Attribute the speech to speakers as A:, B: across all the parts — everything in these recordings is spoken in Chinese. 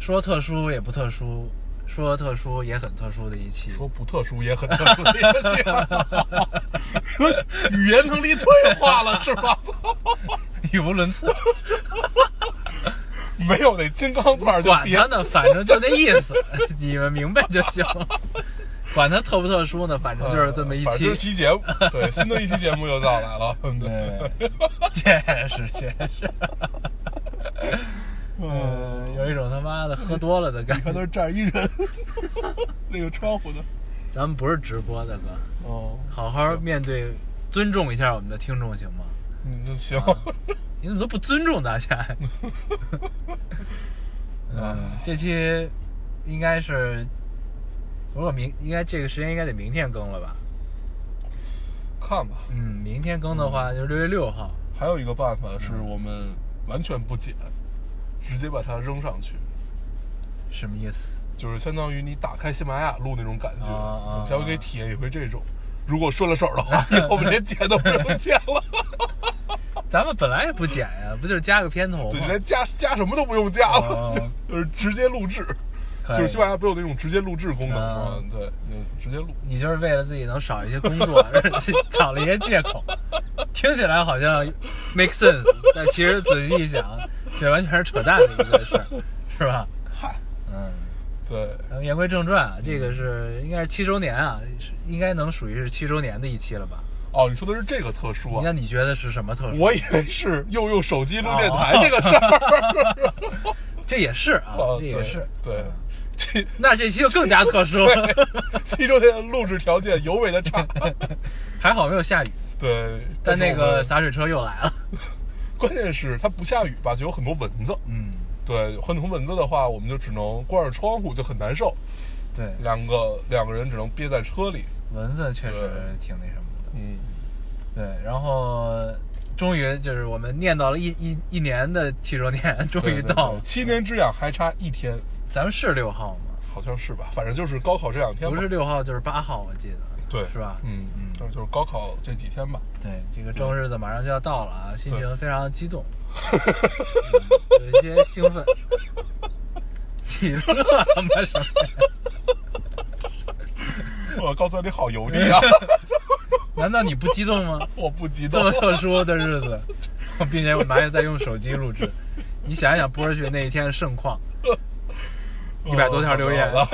A: 说特殊也不特殊，说特殊也很特殊的一期。
B: 说不特殊也很特殊的一个 语言能力退化了是吧？操，
A: 语无伦次，
B: 没有那金刚钻就
A: 管
B: 别
A: 他呢，反正就那意思， 你们明白就 行。管他特不特殊呢，反正就是这么一
B: 呃反正
A: 期
B: 这。期节目，对，新的一期节目又到来了。对，
A: 对，确实确 实，
B: 嗯，
A: 有一种他妈的喝多了的感
B: 你看
A: 觉。
B: 都是站一人， 那个窗户的，
A: 咱们不是直播的哥，
B: 哦，
A: 好好面对，尊重一下我们的听众行吗？
B: 你就嗯行。
A: 你怎么都不尊重大家呀？
B: 嗯，
A: 这期应该是，如果明应该这个时间应该得明天更了吧？
B: 看吧，
A: 嗯，明天更的话就是六月六号。
B: 还有一个办法是我们完全不剪，直接把它扔上去。
A: 什么意思？
B: 就是相当于你打开喜马拉雅录那种感觉，
A: 啊啊
B: 你才会可以体验一回这种。如果顺了手的话，以后我们连剪都不用剪了，
A: 咱们本来也不剪呀，不就是加个片头
B: 对，
A: 吗
B: 就？连加加什么都不用加了，
A: 哦
B: 就是直接录制。
A: 可以
B: 就是喜马拉雅不是有那种直接录制功能吗？
A: 啊
B: 对，你就直接录。
A: 你就是为了自己能少一些工 作，找了一些借口，听起来好像 make sense，但其实仔细一想，这完全是扯淡的一个事儿，是吧？
B: 嗨，
A: 嗯，
B: 对，
A: 咱们言归正传啊，这个是应该是七周年啊，是应该能属于是七周年的一期了吧？
B: 哦，你说的是这个特殊
A: 那
B: 啊？
A: 你觉得是什么特殊？
B: 我以为是又用手机录电
A: 啊
B: 台这个事 儿。
A: 这也是啊，
B: 哦
A: 这也是。嗯
B: 对，对七
A: 那这期就更加特殊，
B: 七周年的录制条件尤为的差。
A: 还好没有下雨，
B: 对，
A: 但
B: 是
A: 那
B: 我
A: 个
B: 们
A: 洒水车又来了。
B: 关键是它不下雨吧，就有很多蚊子。
A: 嗯，
B: 对，换成蚊子的话，我们就只能关上窗户，就很难受。
A: 对，
B: 两个两个人只能憋在车 里。
A: 蚊子确实
B: 对
A: 挺那什么的。
B: 嗯，
A: 对，然后终于就是我们念叨了一一一年的七周年，终于
B: 对对
A: 到
B: 对
A: 了。
B: 七年之痒还差一天，
A: 咱们是六号吗？
B: 好像是吧？反正就是高考这两天吧。
A: 不是六号就是八号，我记得。
B: 对，
A: 是吧
B: 嗯
A: 嗯
B: 嗯，就是高考这几 天吧。
A: 对，这个周日子马上就要到了啊，心情非常激动，嗯、有一些兴奋。你乐他妈什么呀？
B: 我告诉你，好油腻 啊！
A: 难道你不激动吗？
B: 我不激
A: 这
B: 动
A: 么。特殊的日子，并且我们还在用手机录制，你想一想波儿去那一天的盛况，一百多条留言，
B: 了。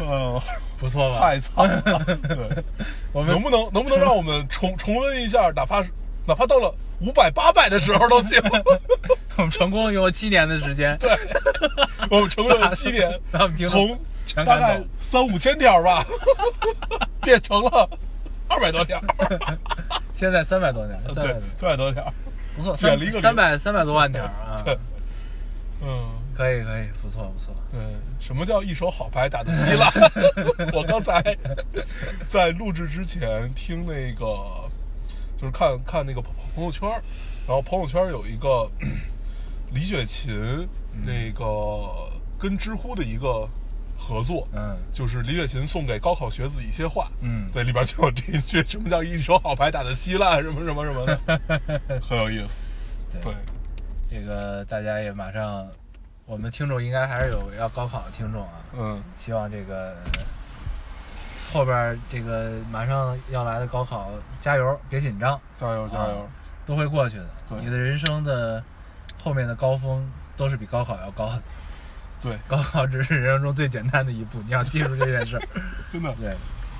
B: 嗯，
A: 不错吧？
B: 太惨了。对。
A: 我们
B: 能不能能不能让我们 重重温一下，哪怕是哪怕到了五百八百的时候都行。
A: 我们成功用了七年的时间，
B: 对，我们成功了七 年
A: 把我们听，众
B: 从
A: 全
B: 大
A: 赶
B: 概
A: 走
B: 三五千条吧，变成了二百多条。
A: 现在三百多年，三百
B: 对
A: 多，
B: 三百多条。
A: 不错，三
B: 减了一个零
A: 三百三百多万条啊，
B: 对嗯，
A: 可以可以，不错不错，
B: 对，什么叫一手好牌打得稀烂？我刚才在录制之前听那个，就是看看那个朋朋友圈儿，然后朋友圈儿有一个 李雪琴那个跟知乎的一个合作，
A: 嗯
B: 就是李雪琴送给高考学子一些话，
A: 嗯
B: 对，里边就有这一句，什么叫一手好牌打得稀烂，什么什么什么的，很有意思， 对，
A: 这个大家也马上，我们听众应该还是有要高考的听众啊，
B: 嗯，
A: 希望这个后边儿这个马上要来的高考加油，别紧张，
B: 加油加油，
A: 都会过去的，
B: 对
A: 你的人生的后面的高峰都是比高考要高的。
B: 对，
A: 高考只是人生中最简单的一步，你要记住这件 事儿。
B: 真的。
A: 对，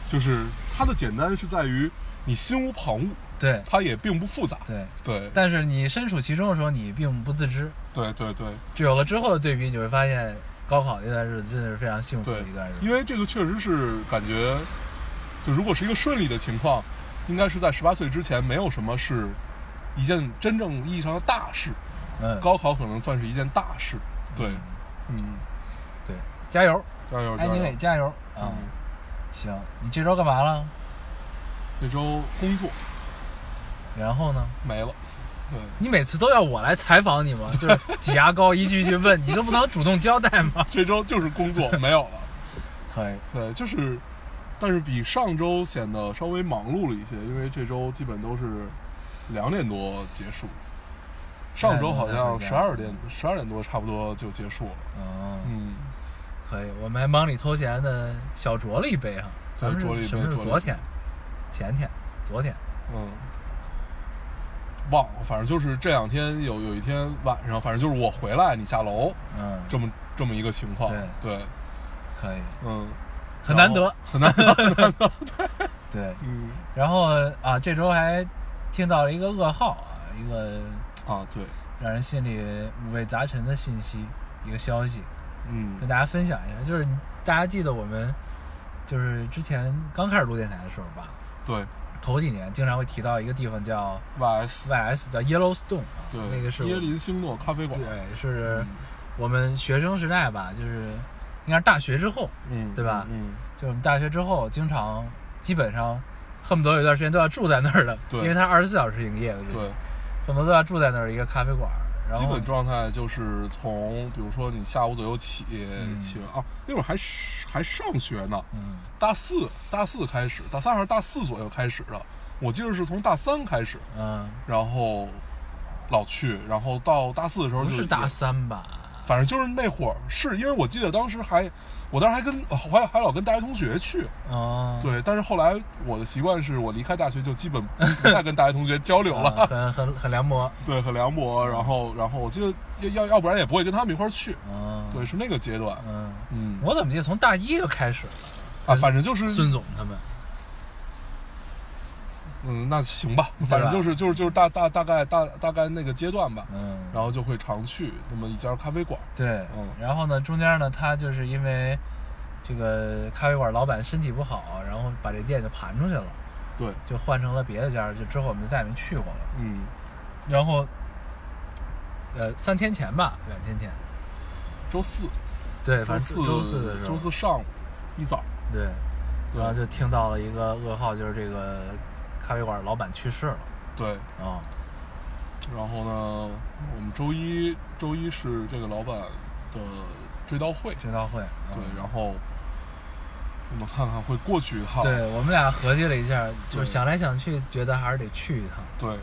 B: 就是它的简单是在于你心无旁骛，
A: 对，
B: 它也并不复杂。
A: 对。
B: 对
A: 但是你身处其中的时候，你并不自知。
B: 对对对
A: 只有了之后的对比，你会发现高考那段日子真的是非常幸福的
B: 对
A: 一段日，子。
B: 因为这个确实是感觉，就如果是一个顺利的情况，应该是在十八岁之前没有什么是一件真正意义上的大事。
A: 嗯
B: 高考可能算是一件大事。对，嗯，哎
A: 对，加油，
B: 加油加
A: 安妮
B: 油嗯
A: 伟，！加油啊！行，你这周干嘛了？
B: 这周工作
A: 然后呢？
B: 没了，对，
A: 你每次都要我来采访你吗？ 就是挤牙膏一句一句问，你这不能主动交代吗？
B: 这周就是工作没有了。
A: 可以，
B: 对，就是，但是比上周显得稍微忙碌了一些，因为这周基本都是两点多结束。上周好像十二点十二点多差不多就结束了。
A: 嗯，
B: 嗯，
A: 可以，我们还忙里偷闲的小酌了一杯哈。
B: 对
A: 咱们是
B: 酌了一杯
A: 什么时
B: 酌了
A: 候？
B: 一杯
A: 昨天、前天、昨天。
B: 嗯，忘了，反正就是这两天有有一天晚上，反正就是我回来你下楼
A: 嗯，
B: 这么这么一个情况。
A: 对
B: 对，
A: 可以，
B: 嗯，
A: 很难
B: 然
A: 得
B: 后。很难 得，
A: 对，
B: 嗯
A: 然后啊，这周还听到了一个噩耗啊，一个
B: 啊，对，
A: 让人心里五味杂陈的信息，一个消息，
B: 嗯
A: 跟大家分享一下。就是大家记得我们就是之前刚开始录电台的时候吧，
B: 对
A: 头几年经常会提到一个地方叫
B: ，YS，
A: YS，叫 Yellowstone 啊，
B: 对，
A: 那个是我
B: 椰林星诺咖啡馆，
A: 对，
B: 嗯
A: 是我们学生时代吧，就是应该是大学之后，
B: 嗯，
A: 对吧
B: 嗯，
A: 就我们大学之后，经常基本上恨不得有一段时间都要住在那儿的，
B: 对
A: 因为它二十四小时营业的，
B: 嗯对。，
A: 恨不得都要住在那儿一个咖啡馆儿。然
B: 基
A: 后
B: 本状态就是从，比如说你下午左右起起了啊，那会儿还是还上学呢，
A: 嗯，
B: 大四大四开始，大三还是大四左右开始的，我记得是从大三开始，
A: 嗯，
B: 然后老去，然后到大四的时候
A: 不
B: 就是也
A: 大，三吧？
B: 反正就是那会儿，是因为我记得当时还，我当时还跟我还还老跟大学同学去，
A: 哦，
B: 对，但是后来我的习惯是我离开大学就基本不太跟大学同学交流
A: 啊，
B: 了，
A: 很很很凉薄。
B: 对，很凉薄，然后然后我记得要要不然也不会跟他们一块儿去。
A: 嗯，
B: 对，，是那个阶段。
A: 嗯，
B: 嗯，
A: 我怎么记得从大一就开始了？
B: 啊，反正就是，
A: 孙总他们，
B: 嗯，那行吧，反正就是就是就是大大大概大大概那个阶段吧，
A: 嗯，
B: 然后就会常去那么一家咖啡馆。
A: 对，
B: 嗯
A: 然后呢，中间呢，他就是因为这个咖啡馆老板身体不好，然后把这店就盘出去了，
B: 对，
A: 就换成了别的家儿，就之后我们就再也没去过了。
B: 嗯，
A: 然后，呃，三天前吧，两天前，
B: 周四，
A: 对，
B: 周
A: 反
B: 四
A: 正，周四的时候，
B: 周四上午一早，
A: 对，
B: 对
A: 然后就听到了一个噩耗，就是这个咖啡馆老板去世了
B: 对，
A: 啊、
B: 然后呢，我们周一周一是这个老板的追悼会，
A: 追悼会，啊
B: 对，然后我们看看会过去一趟，
A: 对我们俩合计了一下，就是
B: 对
A: 想来想去，觉得还是得去一趟，
B: 对，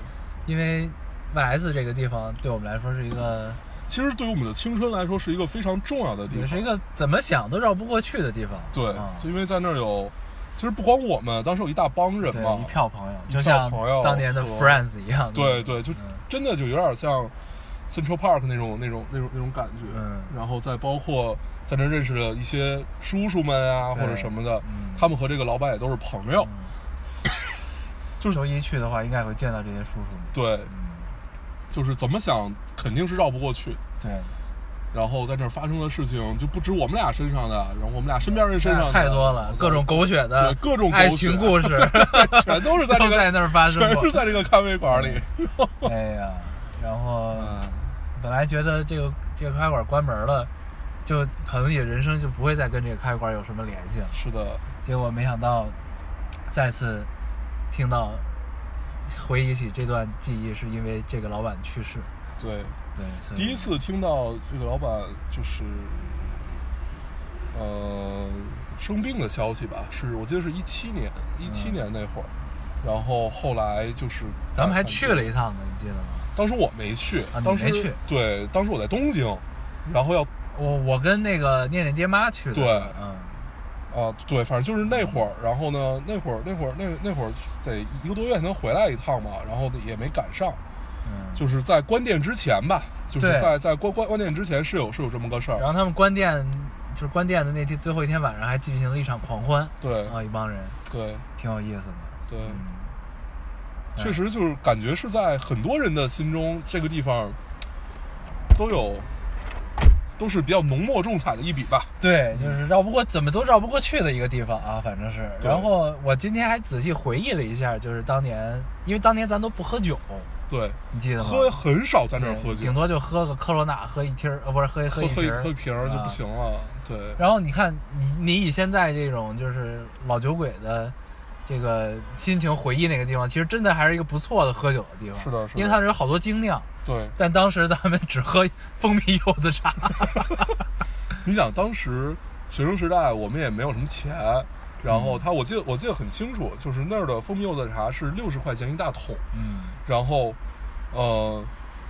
A: 因为 YS 这个地方对我们来说是一个，
B: 其实对于我们的青春来说是一个非常重要的地
A: 也
B: 方，
A: 是一个怎么想都绕不过去的地方。
B: 对
A: 啊，
B: 就因为在那儿有，其实不光我们，当时有一大帮人
A: 对
B: 嘛
A: 一，票朋友，
B: 一
A: 就
B: 票
A: 像
B: 朋友
A: 当年的
B: 和
A: Friends 一样。
B: 对对，就
A: 嗯
B: 真的就有点像 Central Park 那种那种那种那种感觉，
A: 嗯
B: 然后再包括在那儿认识了一些叔叔们啊
A: 对
B: 或者什么的
A: 嗯，
B: 他们和这个老板也都是朋友，就是
A: 周一去的话，应该会见到这些叔叔们。
B: 对，
A: 嗯，
B: 就是怎么想肯定是绕不过去。
A: 对，
B: 然后在那儿发生的事情就不止我们俩身上的，然后我们俩身边人身上的
A: 太多了，各种狗血的，
B: 对各种狗
A: 爱
B: 血
A: 情故 事
B: 全都是在这
A: 都
B: 个
A: 在那儿发生
B: 全
A: 过
B: 是。在这个咖啡馆里。
A: 哎呀，然后
B: 嗯，
A: 本来觉得这个这个咖啡馆关门了，就可能也人生就不会再跟这个咖啡馆有什么联系了。
B: 是的，
A: 结果没想到，再次听到回忆起这段记忆，是因为这个老板去世。
B: 对。
A: 对，所以
B: 第一次听到这个老板就是，呃，生病的消息吧，是我记得是一七年，一七年那会儿，然后后来就是
A: 嗯咱们还去了，一趟呢，你记得吗？
B: 当时我没去，
A: 啊你
B: 当时
A: 没去
B: 对，当时我在东京，然后要
A: 我我跟那个念念爹妈去的。
B: 对
A: 嗯，
B: 啊、对，反正就是那会儿，然后呢，那会儿那会儿那那会儿得一个多月才能回来一趟嘛，然后也没赶上，
A: 嗯，
B: 就是在关店之前吧，就是
A: 对
B: 在在关关关店之前是有是有这么个事
A: 然
B: 儿，
A: 后他们关店，就是关店的那天最后一天晚上，还进行了一场狂欢
B: 对
A: 啊，一帮人
B: 对
A: 挺有意思的。
B: 对。
A: 嗯，哎
B: 确实就是感觉是在很多人的心中，这个地方都有都是比较浓墨重彩的一笔吧。
A: 对，就是绕不过，怎么都绕不过去的一个地方啊，反正是。
B: 对
A: 然后我今天还仔细回忆了一下，就是当年，因为当年咱都不喝酒，
B: 对，
A: 你记得吗？
B: 喝很少在那儿
A: 对
B: 喝酒
A: 顶，多就喝个科罗娜，喝一听儿，呃，不是喝
B: 喝
A: 一
B: 喝
A: 瓶儿，
B: 喝一瓶儿就
A: 啊嗯
B: 不行了。对，
A: 然后你看，你你以现在这种就是老酒鬼的这个心情回忆那个地方，其实真的还是一个不错的喝酒的地方。
B: 是的是的
A: 因为它有好多精酿，
B: 对，
A: 但当时咱们只喝蜂蜜柚子茶。
B: 你想当时学生时代，我们也没有什么钱，然
A: 嗯
B: 后他，我记得我记得很清楚，就是那儿的蜂蜜柚子茶是六十块钱一大桶，
A: 嗯，
B: 然后，呃，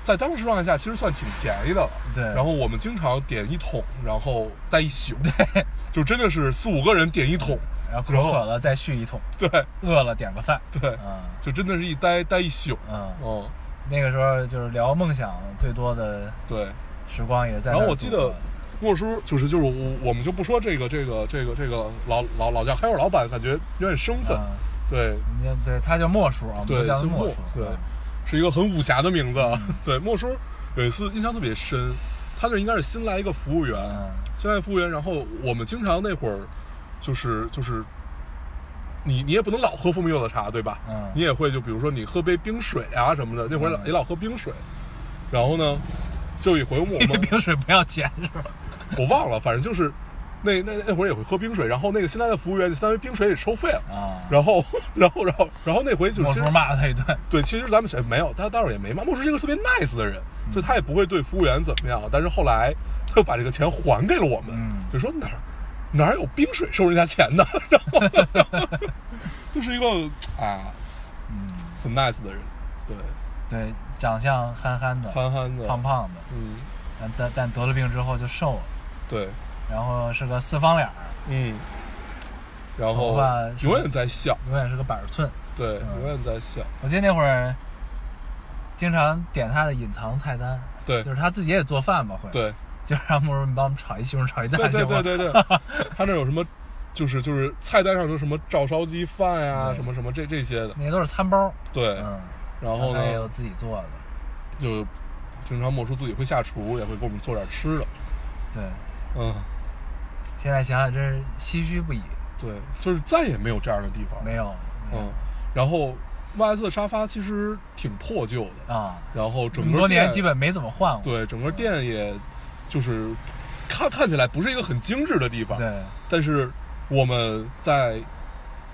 B: 在当时状态下其实算挺便宜的了。
A: 对
B: 然后我们经常点一桶，然后待一宿。 对，就真的是四五个人点一桶。
A: 然后口渴了再续一桶，
B: 对
A: 饿了点个饭。
B: 对，
A: 嗯
B: 就真的是一待待一宿。
A: 嗯，
B: 嗯，
A: 那个时候就是聊梦想最多的
B: 对。
A: 时光也是在那
B: 然
A: 儿度过
B: 后我
A: 的。
B: 记得莫叔就是就是我我们就不说这个这个这个这个老老老家还有老板，感觉有点生分。
A: 嗯，
B: 对，
A: 你看对，他叫莫叔啊，我们
B: 对
A: 都叫他
B: 姓
A: 莫
B: 莫
A: 叔。
B: 对
A: 嗯
B: 是一个很武侠的名字。啊。对，莫叔有一次印象特别深，他那应该是新来一个服务员，
A: 嗯
B: 新来服务员。然后我们经常那会儿就是就是，你你也不能老喝蜂蜜柚子茶，对吧？
A: 嗯
B: 你也会就比如说你喝杯冰水啊什么的，那会儿老
A: 嗯
B: 也老喝冰水。然后呢，就有一回我
A: 因为
B: 们
A: 冰水不要 钱是吧？
B: 我忘了，反正就是那那那会儿也会喝冰水。然后那个新来的服务员就相当于冰水也收费了。
A: 啊，
B: 然后， 然后，然后，然后那回就是
A: 莫
B: 其
A: 叔
B: 实
A: 骂了他一顿。
B: 对，其实咱们谁哎没有，他当然也没骂。莫叔是一个特别 nice 的人，
A: 嗯
B: 所以他也不会对服务员怎么样。但是后来他又把这个钱还给了我们，
A: 嗯
B: 就说哪儿哪儿有冰水收人家钱呢？ 然后 就是一个啊
A: 嗯，
B: 很 nice 的人，对，
A: 对，长相憨憨的，
B: 憨憨的，
A: 胖胖的，
B: 嗯，
A: 但但但得了病之后就瘦了，
B: 对，
A: 然后是个四方脸儿，
B: 嗯，然后
A: 头发是
B: 永远在笑，
A: 永远是个板儿寸。
B: 对，
A: 嗯
B: 永远在笑，
A: 我记得那会儿经常点他的隐藏菜单，
B: 对
A: 就是他自己也做饭嘛，会，，
B: 对，
A: 就让莫叔你帮我们炒一西红柿炒一
B: 对
A: 蛋
B: 对
A: 行吗？
B: 对 对对，他那有什么？就是就是菜单上有什么照烧鸡饭呀、
A: 对
B: 什么什么这这些的，
A: 那些都是餐包，
B: 对，
A: 嗯，
B: 然后
A: 他也
B: 呢
A: 有，自己做的，
B: 就平常莫叔自己会下厨，也会给我们做点吃的。
A: 对，
B: 嗯，
A: 现在想想真是唏嘘不已，
B: 对，就是再也没有这样的地方。
A: 没有了，没有
B: 嗯，然后 YS 的沙发其实挺破旧的，
A: 啊，
B: 然后整
A: 这
B: 个
A: 么多
B: 店
A: 年基本没怎么换过，
B: 对整个店也就是看看起来不是一个很精致的地方，
A: 对，
B: 但是我们在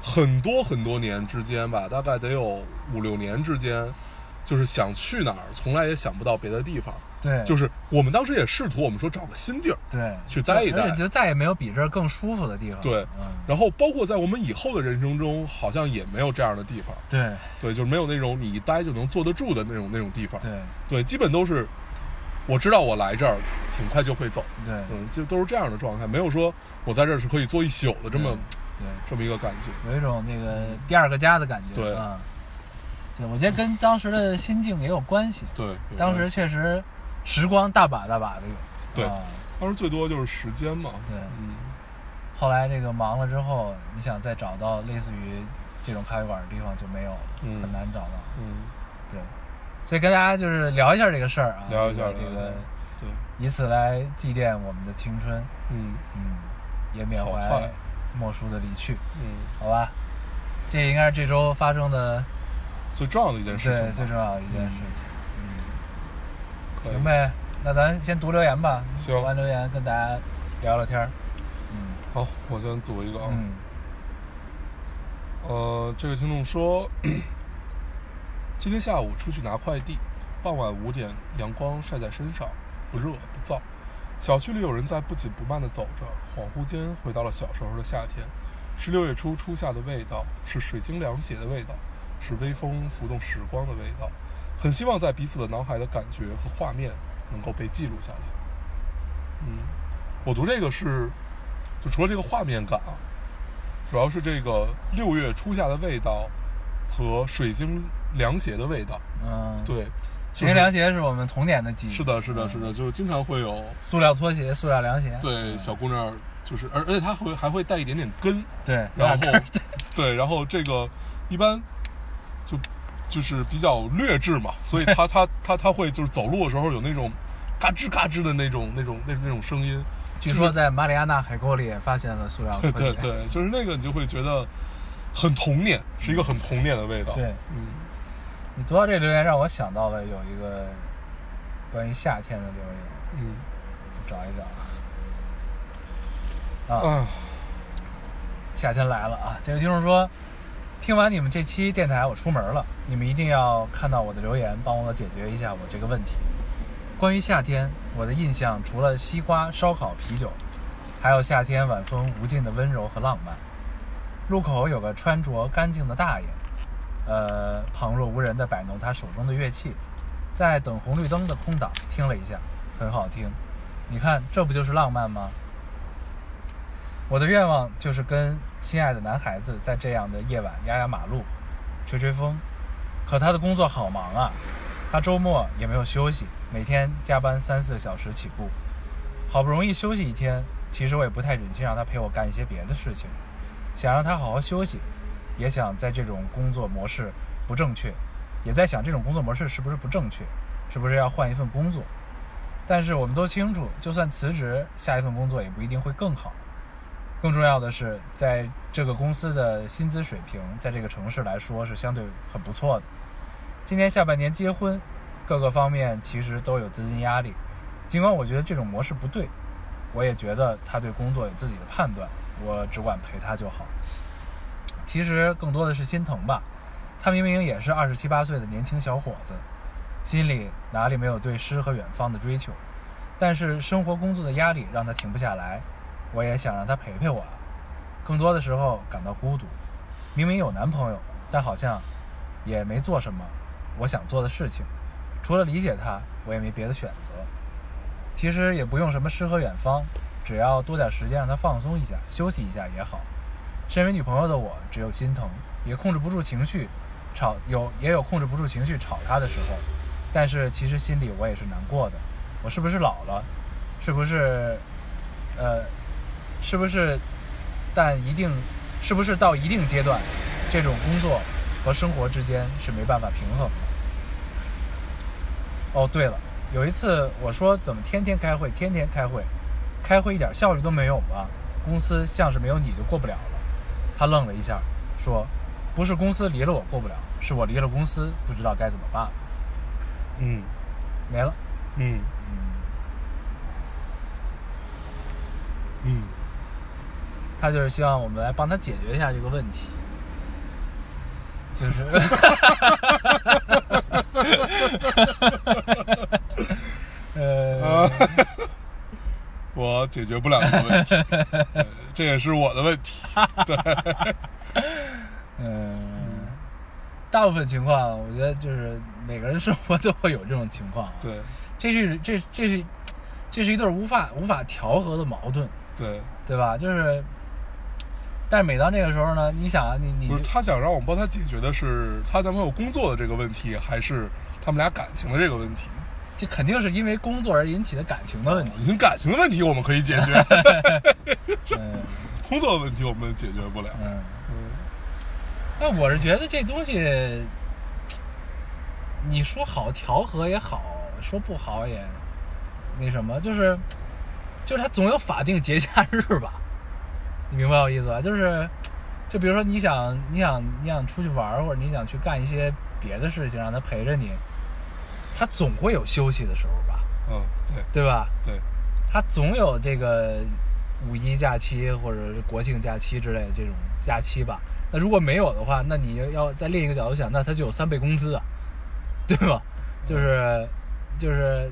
B: 很多很多年之间吧，大概得有五六年之间，就是想去哪儿，从来也想不到别的地方。
A: 对，
B: 就是是我们当时也试图，我们说找个新地儿，
A: 对，
B: 去待一待
A: 而且就再也没有比这儿更舒服的地方，
B: 对
A: 嗯。
B: 然后包括在我们以后的人生中，好像也没有这样的地方，
A: 对
B: 对，就是没有那种你一待就能坐得住的那种那种地方，
A: 对
B: 对，基本都是我知道我来这儿很快就会走，
A: 对
B: 嗯，就都是这样的状态，没有说我在这儿是可以坐一宿的这么
A: 对，
B: 这么一个感觉，
A: 有一种这个第二个家的感觉。
B: 嗯对
A: 啊，对，我觉得跟当时的心境也有关系。
B: 对，有
A: 当时
B: 关系
A: 确实时光大把大把的有。
B: 对
A: 啊
B: 当时最多就是时间嘛，
A: 对
B: 嗯，
A: 后来这个忙了之后，你想再找到类似于这种咖啡馆的地方就没有了，
B: 嗯
A: 很难找到。
B: 嗯，
A: 对，所以跟大家就是聊一下这个事儿啊，
B: 聊一下
A: 这个这
B: 聊一
A: 个
B: 下，对，
A: 以此来祭奠我们的青春，
B: 嗯
A: 嗯，也缅
B: 好
A: 怀
B: 快
A: 莫叔的离去。
B: 嗯，
A: 好吧，这应该是这周发生的
B: 最重要的一件事情
A: 对
B: 吧，嗯
A: 最重要的一件事情。
B: 可以
A: 行呗，那咱先读留言吧。
B: 行
A: 读完留言跟大家聊聊天儿。
B: 好，我先读一个啊，
A: 嗯
B: 呃，这位听众说，今天下午出去拿快递，傍晚五点，阳光晒在身上，不热不燥。小区里有人在不紧不慢地走着，恍惚间回到了小时候的夏天，是六月初初夏的味道，是水晶凉鞋的味道，是微风拂动时光的味道。很希望在彼此的脑海的感觉和画面能够被记录下来。嗯，我读这个是，就除了这个画面感啊，主要是这个六月初夏的味道和水晶凉鞋的味道。
A: 嗯，，
B: 对，
A: 水晶凉鞋是我们童年的记忆。
B: 是的，是的，是
A: 嗯。
B: 的，就是经常会有
A: 塑料拖鞋、塑料凉鞋。
B: 对小姑娘，就是而而且它会还会带一点点跟，
A: 对，
B: 然后 对，然后这个一般 就就是比较劣质嘛，所以它它它它会就是走路的时候有那种嘎吱嘎吱的那种那种那那种声音。
A: 据
B: 就是
A: 说在马里亚纳海沟里也发现了塑料
B: 对
A: 科
B: 对
A: 技。
B: 对，就是那个你就会觉得很童年，是一个很童年的味道。
A: 对，
B: 嗯，
A: 你读到这留言，让我想到了有一个关于夏天的留言，
B: 嗯
A: 我找一找啊。啊，
B: 啊，
A: 夏天来了啊！这位听众说，听完你们这期电台，我出门了，你们一定要看到我的留言，帮我解决一下我这个问题。关于夏天，我的印象除了西瓜、烧烤、啤酒，还有夏天晚风无尽的温柔和浪漫。路口有个穿着干净的大爷，呃，旁若无人地摆弄他手中的乐器，在等红绿灯的空档听了一下，很好听。你看，这不就是浪漫吗？我的愿望就是跟心爱的男孩子在这样的夜晚压压马路，吹吹风。可他的工作好忙啊，他周末也没有休息，每天加班三四个小时起步。好不容易休息一天，其实我也不太忍心让他陪我干一些别的事情，想让他好好休息，也想在这种工作模式不正确，也在想这种工作模式是不是不正确，是不是要换一份工作。但是我们都清楚，就算辞职，下一份工作也不一定会更好。更重要的是，在这个公司的薪资水平，在这个城市来说是相对很不错的。今年下半年结婚，各个方面其实都有资金压力。尽管我觉得这种模式不对，我也觉得他对工作有自己的判断，我只管陪他就好。其实更多的是心疼吧，他明明也是二十七八岁的年轻小伙子，心里哪里没有对诗和远方的追求，但是生活工作的压力让他停不下来，我也想让她陪陪我，更多的时候感到孤独。明明有男朋友，但好像也没做什么我想做的事情，除了理解她，我也没别的选择。其实也不用什么诗和远方，只要多点时间让她放松一下、休息一下也好。身为女朋友的我，只有心疼，也控制不住情绪，吵有也有控制不住情绪吵她的时候，但是其实心里我也是难过的。我是不是老了？是不是，呃，是不是？但一定，是不是到一定阶段，这种工作和生活之间是没办法平衡的。哦，对了，有一次我说怎么天天开会，天天开会，开会一点效率都没有吗？公司像是没有你就过不了了。他愣了一下，说：“不是公司离了我过不了，是我离了公司，不知道该怎么办。
B: 嗯”
A: 没了。
B: 嗯嗯，
A: 他就是希望我们来帮他解决一下这个问题。就是，呃，
B: 我解决不了这个问题，对这也是我的问题。
A: 嗯，大部分情况，我觉得就是每个人生活都会有这种情况啊。
B: 对
A: 这是这这是这是一对无法无法调和的矛盾，
B: 对，
A: 对吧？就是，但是每当这个时候呢，你想啊，你你
B: 不
A: 就是
B: 她想让我们帮她解决的是她男朋友工作的这个问题，还是他们俩感情的这个问题？
A: 这肯定是因为工作而引起的感情的问题。
B: 你感情的问题我们可以解决，
A: 嗯
B: 工作的问题我们解决不了。
A: 嗯，
B: 嗯
A: 那我是觉得这东西，你说好调和也好，说不好也那什么，就是就是它总有法定节假日吧，你明白我意思吧？就是就比如说你想你想你想出去玩儿，或者你想去干一些别的事情，让他陪着你，他总会有休息的时候吧，
B: 嗯，对
A: 对吧？
B: 对，
A: 他总有这个五一假期或者是国庆假期之类的这种假期吧。那如果没有的话，那你要在另一个角度想，那他就有三倍工资啊， 对吧？就是就是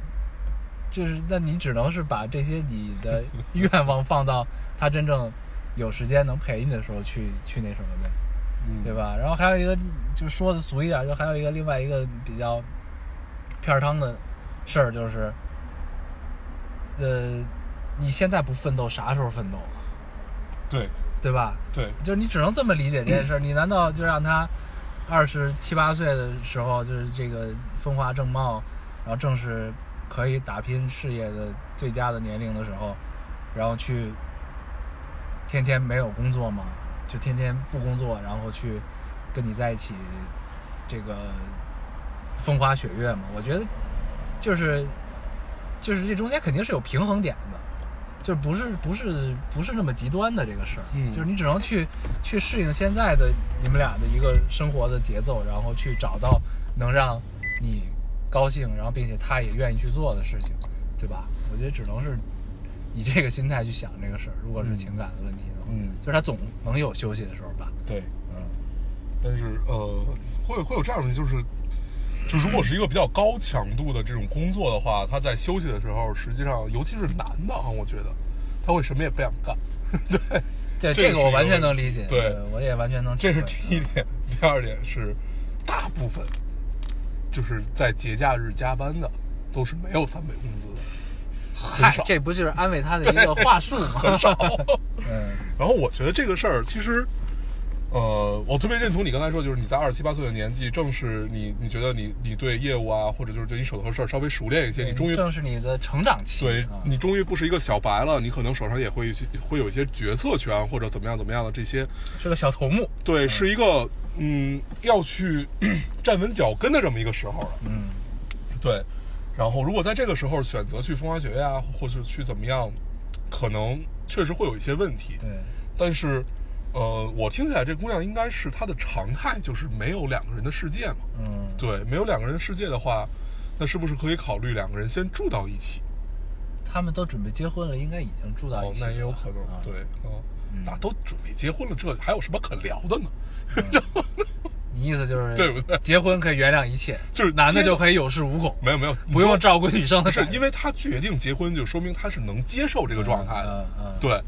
A: 就是，那你只能是把这些你的愿望放到他真正有时间能陪你的时候去去那什么呗，
B: 嗯
A: 对？吧？然后还有一个就说的俗一点，就还有一个另外一个比较片儿汤的事儿，就是呃，你现在不奋斗，啥时候奋斗啊？
B: 对
A: 对吧？
B: 对，
A: 就是你只能这么理解这件事儿。你难道就让他二十七八岁的时候，就是这个风华正茂，然后正是可以打拼事业的最佳的年龄的时候，然后去天天没有工作吗？就天天不工作，然后去跟你在一起这个风花雪月嘛？我觉得就是就是这中间肯定是有平衡点的，就是不是不是不是那么极端的这个事儿，
B: 嗯
A: 就是你只能去去适应现在的你们俩的一个生活的节奏，然后去找到能让你高兴，然后并且他也愿意去做的事情，对吧？我觉得只能是以这个心态去想这个事儿。如果是情感的问题的话，
B: 嗯
A: 就是他总能有休息的时候吧，
B: 对，
A: 嗯，
B: 但是呃，会会有这样的，就是就如果是一个比较高强度的这种工作的话，他在休息的时候，实际上尤其是男的啊，我觉得他会什么也不想干，对，
A: 这
B: 这
A: 这
B: 个
A: 个
B: 是
A: 我
B: 一个
A: 完全
B: 问
A: 能
B: 题
A: 理解，呃
B: 对
A: 我也完全能体
B: 这
A: 会，
B: 是第一点。第二点是，大部分就是在节假日加班的都是没有三倍工资的，很
A: 嗨
B: 少，
A: 这不就是安慰他的一个话术吗？
B: 很少。
A: 嗯
B: 然后我觉得这个事儿其实，呃，我特别认同你刚才说，就是你在二十七八岁的年纪，正是你你觉得你你对业务啊，或者就是对你手头的事儿稍微熟练一些，
A: 对
B: 你终于
A: 正是你的成长期，
B: 对
A: 啊
B: 你终于不是一个小白了，你可能手上也会一些会有一些决策权或者怎么样怎么样的这些，
A: 是个小头目，
B: 对，是一个嗯要去 站稳脚跟的这么一个时候了。
A: 嗯，
B: 对，然后如果在这个时候选择去风花雪月啊，或者去怎么样，可能确实会有一些问题。
A: 对，
B: 但是，呃，我听起来这姑娘应该是她的常态，就是没有两个人的世界嘛。
A: 嗯，
B: 对，没有两个人的世界的话，那是不是可以考虑两个人先住到一起？
A: 他们都准备结婚了，应该已经住到
B: 哦
A: 一，起了吧，
B: 那也有可能。
A: 啊
B: 对，，哦
A: 嗯
B: 那都准备结婚了，这还有什么可聊的呢？
A: 你意思就是
B: 对不对
A: 结婚可以原谅一切，
B: 就是
A: 男的
B: 结
A: 就可以有恃无恐，
B: 没有没有，
A: 不用照顾女生
B: 不
A: 的
B: 是
A: 感受
B: 因为她决定结婚，就说明她是能接受这个状态的。
A: 嗯嗯，嗯，
B: 对，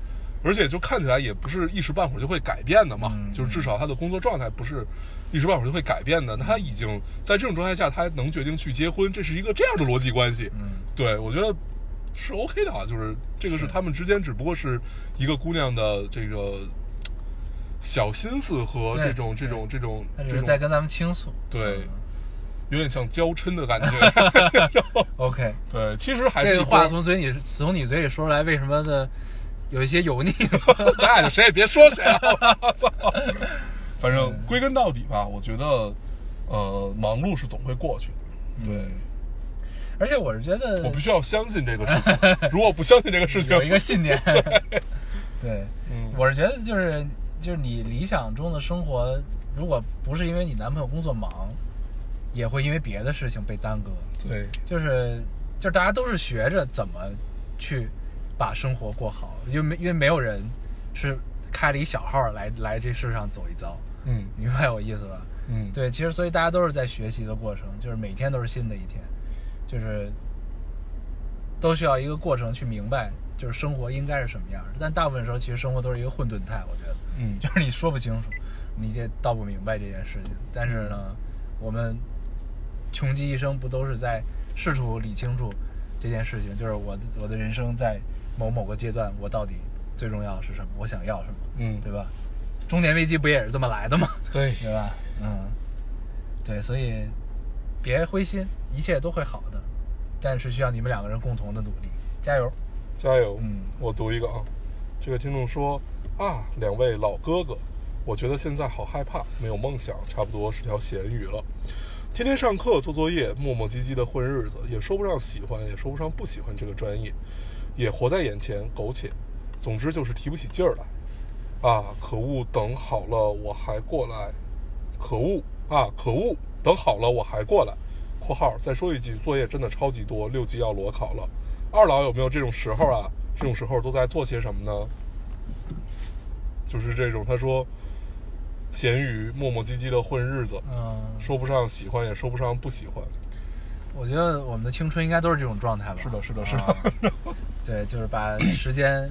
B: 而且就看起来也不是一时半会儿就会改变的嘛，
A: 嗯
B: 就是至少他的工作状态不是一时半会儿就会改变的。那他已经在这种状态下，他还能决定去结婚，这是一个这样的逻辑关系。
A: 嗯，
B: 对我觉得是 OK 的，啊，就是这个是他们之间只不过是一个姑娘的这个小心思和
A: 对
B: 这种这种这种
A: 他只
B: 这
A: 是
B: 种
A: 在跟咱们倾诉，
B: 对
A: 嗯
B: 有点像娇嗔的感 觉。
A: ，OK，
B: 对，其实还是
A: 这
B: 一
A: 个
B: 波
A: 话从嘴里从你嘴里说出来，为什么的有一些油腻？
B: 咱俩就谁也别说谁啊！我操！反正归根到底吧，我觉得，呃，忙碌是总会过去的。 对，
A: 嗯而且我是觉得
B: 我必须要相信这个 事情。如果不相信这个事情
A: 有，一个信念， 对。
B: 嗯，
A: 我是觉得就是就是你理想中的生活，如果不是因为你男朋友工作忙，也会因为别的事情被耽搁。
B: 对，
A: 就是就是大家都是学着怎么去把生活过好，因为没因为没有人是开了一小号来来这世上走一遭，
B: 嗯
A: 明白我意思吧？
B: 嗯，
A: 对，其实所以大家都是在学习的过程，就是每天都是新的一天，就是都需要一个过程去明白，就是生活应该是什么样儿。但大部分时候，其实生活都是一个混沌态，我觉得，
B: 嗯
A: 就是你说不清楚，你也道不明白这件事情。但是呢，我们穷极一生不都是在试图理清楚这件事情？就是我的我的人生在某某个阶段，我到底最重要的是什么？我想要什么？
B: 嗯，
A: 对吧？中年危机不也是这么来的吗？
B: 对，
A: 对吧？嗯，对，所以别灰心，一切都会好的，但是需要你们两个人共同的努力，加油！
B: 加油！
A: 嗯
B: 我读一个啊，这个听众说啊，两位老哥哥，我觉得现在好害怕，没有梦想，差不多是条咸鱼了。天天上课做作业，磨磨唧唧的混日子，也说不上喜欢，也说不上不喜欢这个专业，也活在眼前，苟且。总之就是提不起劲儿来啊！可恶，等好了我还过来，可恶啊！可恶，等好了我还过来。（括号再说一句，作业真的超级多，六级要裸考了。）二老有没有这种时候啊？这种时候都在做些什么呢？就是这种，他说，咸鱼磨磨唧唧的混日子，
A: 嗯，
B: 说不上喜欢，也说不上不喜欢。
A: 我觉得我们的青春应该都是这种状态吧？
B: 是的是的是的
A: 啊对，就是把时间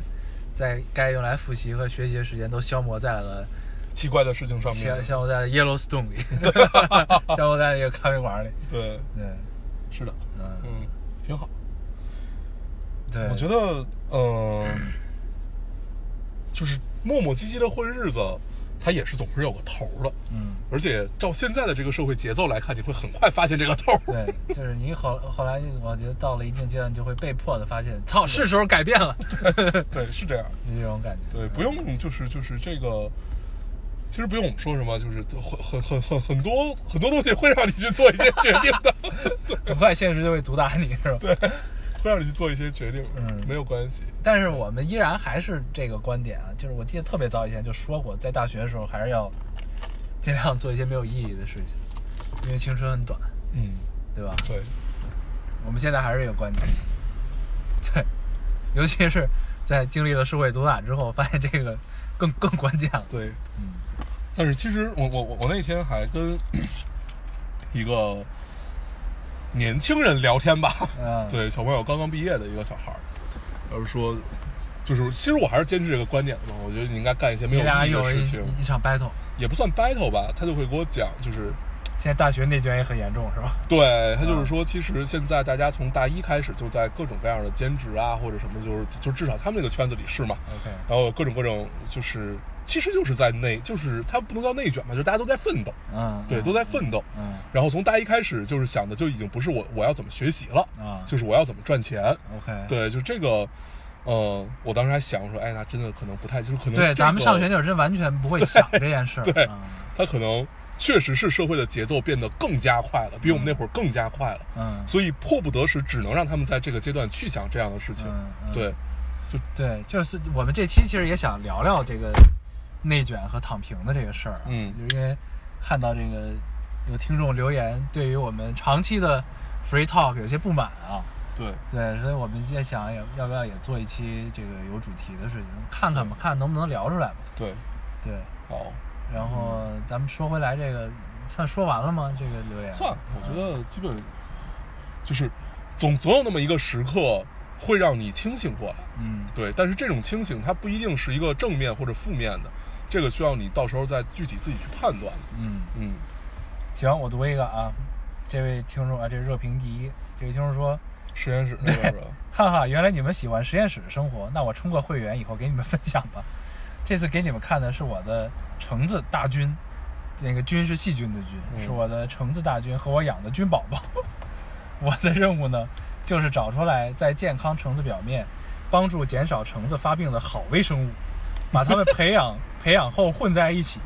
A: 在该用来复习和学习的时间都消磨在了
B: 奇怪的事情上
A: 消
B: 面，
A: 消磨在 Yellowstone 里， 消磨在那个咖啡馆里。
B: 对，
A: 对，
B: 是的，
A: 嗯，
B: 嗯，挺好。
A: 对，
B: 我觉得，嗯、就是磨磨唧唧的混日子，它也是总是有个头儿的。
A: 嗯。
B: 而且照现在的这个社会节奏来看，你会很快发现这个头儿。
A: 对， 就是你后后来，我觉得到了一定阶段，你就会被迫的发现，操，哦是时候改变 了，
B: 对，是这样。
A: 就这种感觉。
B: 对，不用就是就是这个，其实不用我们说什么，就是很很很很很多很多东西会让你去做一些决定的。
A: 很快现实就会毒打你，是吧？对，
B: 会让你去做一些决定的，
A: 嗯
B: 没有关系。
A: 但是我们依然还是这个观点啊，就是我记得特别早以前就说过，在大学的时候还是要尽量做一些没有意义的事情，因为青春很短，
B: 嗯，
A: 对吧？
B: 对，
A: 我们现在还是有观点， 对，尤其是在经历了社会毒打之后，发现这个更更关键了。
B: 对，
A: 嗯
B: 但是其实我我我我那天还跟一个年轻人聊天吧，
A: 嗯，
B: 对，小朋友刚刚毕业的一个小孩儿，然后说，就是其实我还是坚持这个观点的嘛，我觉得你应该干一些没
A: 你
B: 有
A: 俩
B: 意义的
A: 有一
B: 事情，
A: 一一场 battle，
B: 也不算 battle 吧，他就会给我讲，就是
A: 现在大学内卷也很严重，是吧？
B: 对他
A: 嗯
B: 就是说，其实现在大家从大一开始就在各种各样的兼职啊，或者什么，就是就至少他们那个圈子里是嘛，
A: OK，
B: 然后各种各种就是。其实就是在内，就是他不能叫内卷吧，就是大家都在奋斗，
A: 嗯，
B: 对，
A: 嗯
B: 都在奋斗。
A: 嗯
B: 然后从大一开始就是想的就已经不是我我要怎么学习了，
A: 啊，
B: 就是我要怎么赚钱。
A: OK，
B: 对，就这个，呃，我当时还想说，哎，那真的可能不太，就是可能、这
A: 对，
B: 个
A: 咱们上学那会儿真完全不会想这件事儿。
B: 对
A: 嗯
B: 他可能确实是社会的节奏变得更加快了，比我们那会儿更加快了，
A: 嗯，
B: 所以迫不得时，只能让他们在这个阶段去想这样的事情。
A: 嗯嗯
B: 对，
A: 对，就是我们这期其实也想聊聊这个内卷和躺平的这个事儿、啊。
B: 嗯
A: 就是因为看到这个有听众留言，对于我们长期的 Free Talk 有些不满啊。
B: 对，
A: 对，所以我们也想也要不要也做一期这个有主题的事情，看看
B: 嗯
A: 吧，看能不能聊出来吧。
B: 对，
A: 对，
B: 好，
A: 然后咱们说回来这个，算说完了吗？这个留言
B: 算了，我觉得基本就是总总有那么一个时刻会让你清醒过来。
A: 嗯
B: 对，但是这种清醒它不一定是一个正面或者负面的，这个需要你到时候再具体自己去判断的。
A: 嗯。
B: 嗯
A: 行，我读一个啊，这位听众啊，这是热评第一，这位听众说，
B: 实验室那边儿的，
A: 哈哈，原来你们喜欢实验室的生活，那我充过会员以后给你们分享吧。 这次给你们看的是我的橙子大军，那个菌是细菌的菌，
B: 嗯
A: 是我的橙子大军和我养的菌宝 宝。我的任务呢，就是找出来在健康橙子表面帮助减少橙子发病的好微生物，把它们培养 培养后混在一起，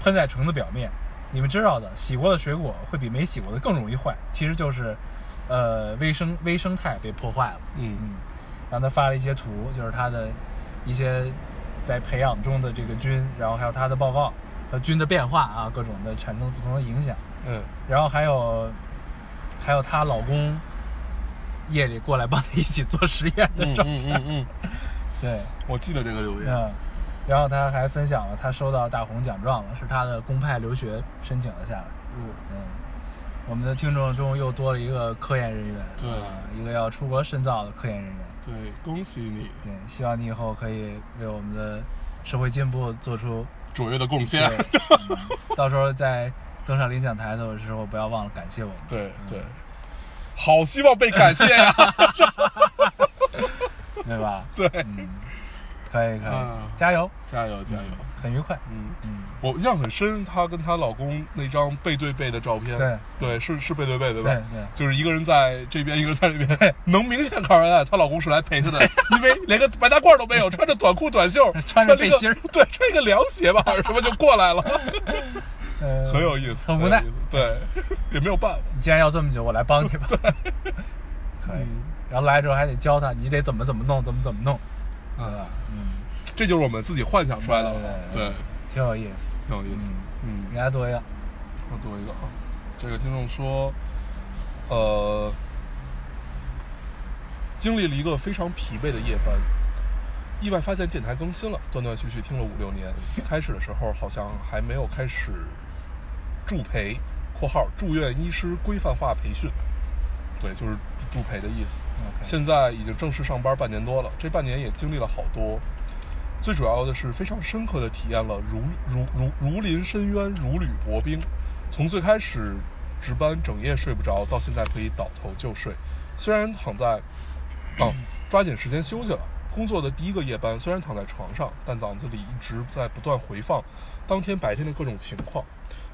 A: 喷在橙子表面。你们知道的，洗过的水果会比没洗过的更容易坏，其实就是，呃，微生微生态被破坏了。
B: 嗯
A: 嗯，然后他发了一些图，就是他的一些在培养中的这个菌，然后还有他的报告和菌的变化啊，各种的产生不同的影响，
B: 嗯，
A: 然后还有还有她老公夜里过来帮她一起做实验的
B: 嗯
A: 照，
B: 嗯嗯嗯，
A: 对，
B: 我记得这个留言，
A: 嗯，然后她还分享了她收到大红奖状了，是她的公派留学申请了下来，
B: 嗯，
A: 嗯。我们的听众中又多了一个科研人员，
B: 对
A: 啊一个要出国深造的科研人员，
B: 对，恭喜你
A: 对，希望你以后可以为我们的社会进步做出
B: 卓越的贡
A: 对
B: 献。，
A: 嗯到时候在登上领奖台的时候，不要忘了感谢我们。
B: 对对，好希望被感谢呀。
A: 对吧？
B: 对，
A: 嗯，可以可
B: 嗯
A: 以，加油，
B: 加油加油。
A: 很愉快。
B: 嗯，
A: 嗯，
B: 我印象很深，她跟她老公那张背对背的照片。
A: 对
B: 对，是是背对背对吧？
A: 对对
B: 就是一个人在这边，一个人在那边，能明显看出来她老公是来陪她的，因为连个白大褂都没有，穿着短裤短袖，
A: 穿着背心儿
B: 穿了一个对，穿一个凉鞋吧，还是什么就过来了，
A: 呃
B: 很有意思，
A: 很无奈
B: 有意思，对，也没有办法，
A: 你既然要这么久，我来帮你 吧。 可
B: 嗯
A: 以。然后来之后还得教他，你得怎么怎么弄，怎么怎么弄，对
B: 嗯
A: 吧？嗯，
B: 这就是我们自己幻想出来的嘛，
A: 对
B: 对，
A: 挺有意思。
B: 挺有意思，嗯
A: 你，来读一个。
B: 我读一个啊，这个听众说，呃，经历了一个非常疲惫的夜班，意外发现电台更新了，断断续续听了五六年。开始的时候好像还没有开始助培（括号住院医师规范化培训），对，就是助培的意思。
A: OK，
B: 现在已经正式上班半年多了，这半年也经历了好多，最主要的是非常深刻的体验了如如如如临深渊，如履薄冰。从最开始值班整夜睡不着，到现在可以倒头就睡，虽然躺在，哦，抓紧时间休息了。工作的第一个夜班，虽然躺在床上，但脑子里一直在不断回放当天白天的各种情况，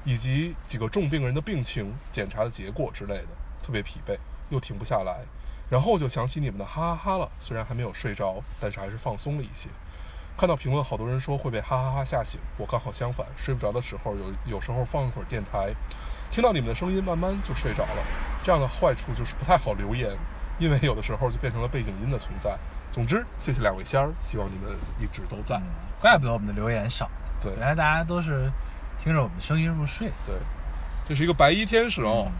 B: 以及几个重病人的病情、检查的结果之类的，特别疲惫，又停不下来。然后就想起你们的哈哈哈了，虽然还没有睡着，但是还是放松了一些。看到评论，好多人说会被哈哈哈吓醒，我刚好相反，睡不着的时候有有时候放一会儿电台，听到你们的声音，慢慢就睡着了。这样的坏处就是不太好留言，因为有的时候就变成了背景音的存在。总之，谢谢两位仙儿，希望你们一直都在。
A: 怪不得我们的留言少，
B: 对
A: 原来大家都是听着我们的声音入睡。
B: 对，这是一个白衣天使哦，
A: 嗯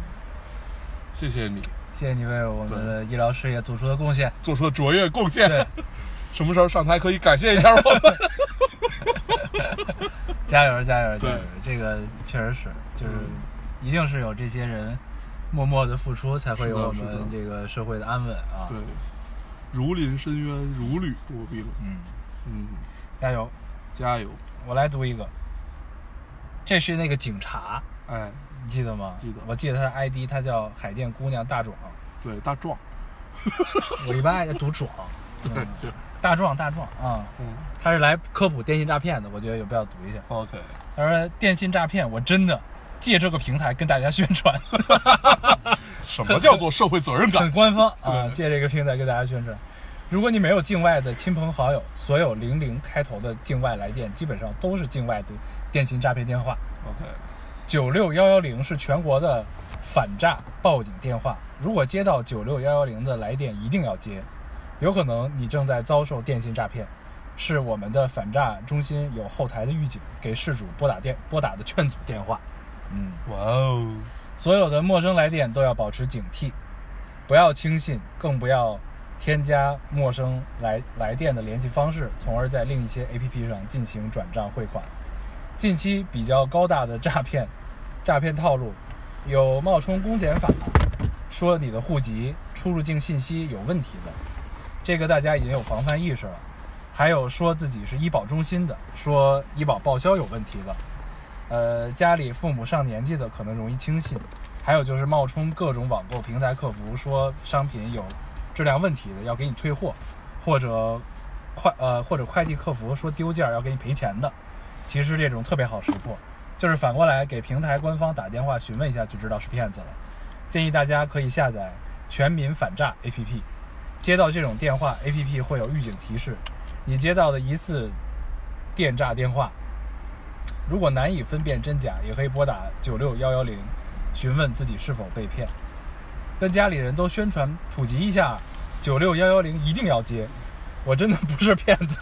B: 谢谢你
A: 谢谢你为我们的医疗事业做出的贡献。
B: 做出的卓越贡献。
A: 对，
B: 什么时候上台可以感谢一下我们？
A: 加油加油！
B: 对
A: 加油这个确实是，就是
B: 嗯
A: 一定是有这些人默默的付出，才会有我
B: 是的是的
A: 们这个社会的安稳啊。
B: 对，如临深渊，如履薄冰。
A: 嗯，
B: 嗯，
A: 加油！
B: 加油！
A: 我来读一个，这是那个警察，
B: 哎，
A: 你记得吗？
B: 记得
A: 我记得他的 ID，他叫海淀姑娘大壮。
B: 对，大壮，
A: 我一般爱读壮，
B: 对，
A: 嗯
B: 行，
A: 大壮大壮啊、
B: 嗯
A: 他是来科普电信诈骗的，我觉得有必要读一下。
B: ，OK，
A: 他说电信诈骗，我真的借这个平台跟大家宣传，
B: 什么叫做社会责任感
A: 很？ 官方啊，
B: 对
A: 借这个平台跟大家宣传。如果你没有境外的亲朋好友，所有零零开头的境外来电基本上都是境外的电信诈骗电话。
B: OK，
A: 九六幺幺零是全国的反诈报警电话，如果接到九六幺幺零的来电，一定要接，有可能你正在遭受电信诈骗。是我们的反诈中心有后台的预警，给事主拨打电拨打的劝阻电话。嗯，
B: 哇哦，
A: 所有的陌生来电都要保持警惕，不要轻信，更不要添加陌生来来电的联系方式，从而在另一些 APP 上进行转账汇款。近期比较高大的诈骗 诈骗套路有冒充公检法，说你的户籍、出入境信息有问题的，这个大家已经有防范意识了。还有说自己是医保中心的，说医保报销有问题的，呃，家里父母上年纪的可能容易轻信，还有就是冒充各种网购平台客服说商品有质量问题的要给你退货，或者快呃或者快递客服说丢件儿要给你赔钱的，其实这种特别好识破，就是反过来给平台官方打电话询问一下就知道是骗子了。建议大家可以下载全民反诈 APP，接到这种电话，APP 会有预警提示，你接到的疑似电诈电话如果难以分辨真假，也可以拨打九六幺幺零，询问自己是否被骗。跟家里人都宣传普及一下，九六幺幺零一定要接。我真的不是骗子，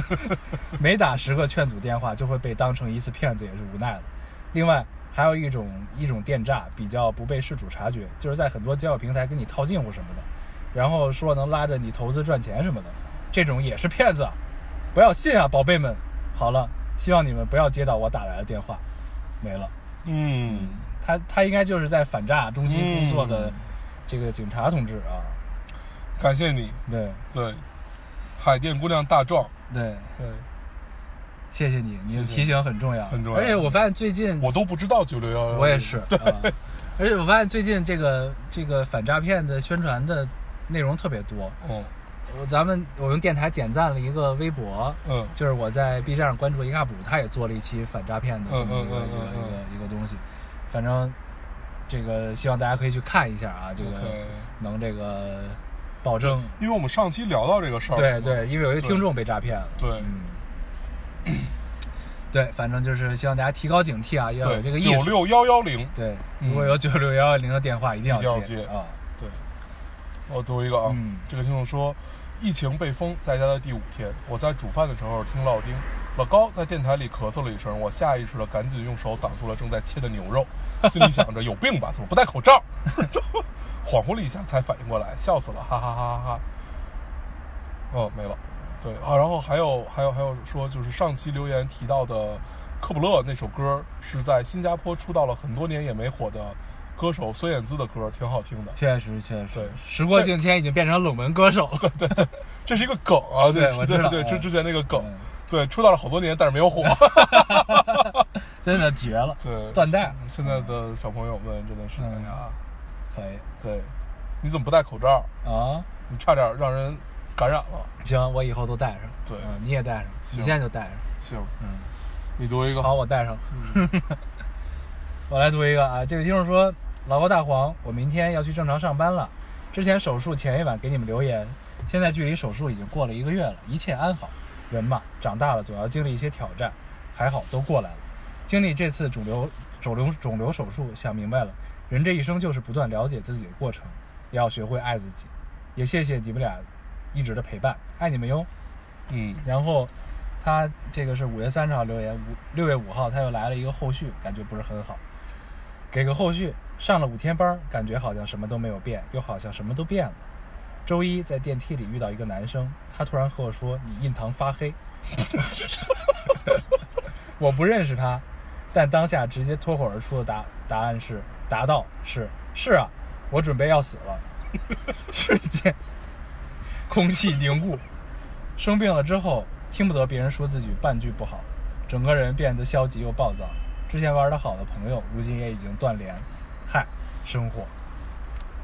A: 每打十个劝阻电话就会被当成一次骗子，也是无奈的。另外，还有一种一种电诈比较不被事主察觉，就是在很多交友平台跟你套近乎什么的，然后说能拉着你投资赚钱什么的，这种也是骗子，啊不要信啊，宝贝们。好了，希望你们不要接到我打来的电话，没了。
B: 嗯，
A: 他他应该就是在反诈中心工作的
B: 嗯
A: 这个警察同志啊，
B: 感谢你，
A: 对
B: 对，海淀姑娘大壮，
A: 对，
B: 对
A: 谢谢你，你的
B: 谢谢
A: 提醒很重要，
B: 很重要
A: 而且我发现最近
B: 我都不知道九六幺幺，
A: 嗯我也是，啊，而且我发现最近这个这个反诈骗的宣传的内容特别多。
B: 嗯
A: 我咱们我用电台点赞了一个微博，
B: 嗯
A: 就是我在 B 站上关注一个 UP 主，他也做了一期反诈骗的这么
B: 嗯
A: 一个一个
B: 嗯嗯嗯
A: 一个一个东西。反正这个希望大家可以去看一下啊，这个
B: ，OK，
A: 能这个保证。
B: 因为我们上期聊到这个事儿，
A: 对对，，因为有一个听众被诈骗了。
B: 对
A: 嗯，对，反正就是希望大家提高警惕啊，要有这个
B: 对，
A: 意
B: 九
A: 识。
B: 六幺幺零，
A: 对，
B: 嗯
A: 如果有九六幺幺零的电话，一定要
B: 一定要接
A: 啊。
B: 对，我读一个啊，
A: 嗯
B: 这个听众说，疫情被封在家的第五天，我在煮饭的时候听老丁。老高在电台里咳嗽了一声，我下意识的赶紧用手挡住了正在切的牛肉，心里想着有病吧，怎么不戴口罩？ 恍惚了一下才反应过来，笑死了，哈哈哈哈哈。哦，没了。对啊，然后还有还有还有说，就是上期留言提到的克卜勒那首歌，是在新加坡出道了很多年也没火的歌手孙燕姿的歌，挺好听的。
A: 确实确实
B: 对，
A: 时过境迁已经变成冷门歌手了。
B: 这是一个梗啊，
A: 对我
B: 对
A: 知道
B: 对对，
A: 嗯
B: 之之前那个梗
A: 嗯，
B: 对，出道了好多年，但是没 有火。
A: 真的绝了，
B: 对，
A: 断代了
B: 现在的小朋友们真的是，
A: 嗯
B: 哎呀，
A: 可以
B: 对，你怎么不戴口罩？
A: 啊。
B: 你差点让人感染了。
A: 行，我以后都带上。
B: 对
A: 嗯你也带上，你
B: 行
A: 现在就带上。
B: 行，
A: 嗯，
B: 你读一个。
A: 好，我带上了。 我来读一个啊，这位听众说：“老高大黄，我明天要去正常上班了。之前手术前一晚给你们留言，现在距离手术已经过了一个月了，一切安好。人嘛，长大了总要经历一些挑战，还好都过来了。经历这次肿瘤肿瘤肿瘤手术，想明白了，人这一生就是不断了解自己的过程，要学会爱自己。也谢谢你们俩一直的陪伴，爱你们哟。
B: 嗯，
A: 然后他这个是五月三十号留言，五六月五号他又来了一个后续，感觉不是很好，给个后续，上了五天班，感觉好像什么都没有变，又好像什么都变了。周一在电梯里遇到一个男生，他突然和我说：“你印堂发黑。” 我不认识他，但当下直接脱口而出的答答案是：“答到是是啊，我准备要死了。”瞬间，空气凝固。生病了之后，听不得别人说自己半句不好，整个人变得消极又暴躁。之前玩的好的朋友，如今也已经断联。嗨，生活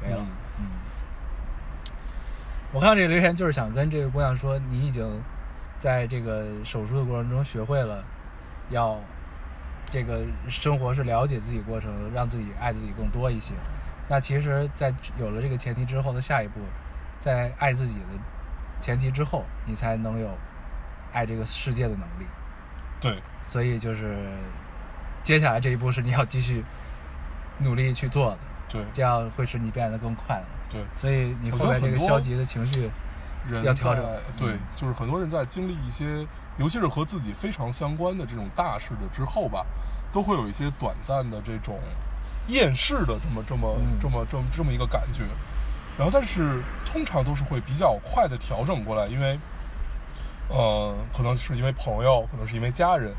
A: 没了。嗯，我看到这个留言，就是想跟这个姑娘说，你已经在这个手术的过程中学会了要这个生活是了解自己过程，让自己爱自己更多一些。那其实，在有了这个前提之后的下一步，在爱自己的前提之后，你才能有爱这个世界的能力。
B: 对，
A: 所以就是接下来这一步是你要继续努力去做的，
B: 对，
A: 这样会使你变得更快乐。
B: 对，
A: 所以你后面这个消极的情绪，
B: 人
A: 要调整
B: 在对
A: 嗯，
B: 就是很多人在经历一些，尤其是和自己非常相关的这种大事的之后吧，都会有一些短暂的这种厌世的这么这么
A: 嗯
B: 这么这么这么一个感觉，然后但是通常都是会比较快的调整过来，因为，呃，可能是因为朋友，可能是因为家人，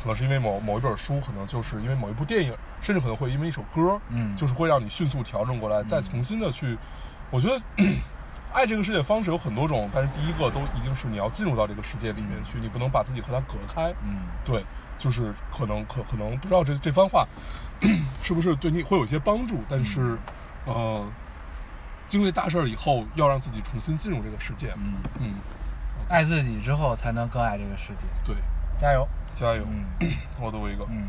B: 可能是因为某某一本书，可能就是因为某一部电影，甚至可能会因为一首歌，
A: 嗯，
B: 就是会让你迅速调整过来，再重新的去。我觉得 爱这个世界方式有很多种，但是第一个都一定是你要进入到这个世界里面去，你不能把自己和它隔开。
A: 嗯，
B: 对，就是可能可可能不知道这这番话 是不是对你会有一些帮助，但是
A: 嗯
B: 呃，经历大事儿以后，要让自己重新进入这个世界。
A: 嗯，
B: 嗯，
A: 爱自己之后才能更爱这个世界。
B: 对，
A: 加油！
B: 加油！
A: 嗯
B: 我读一个，
A: 嗯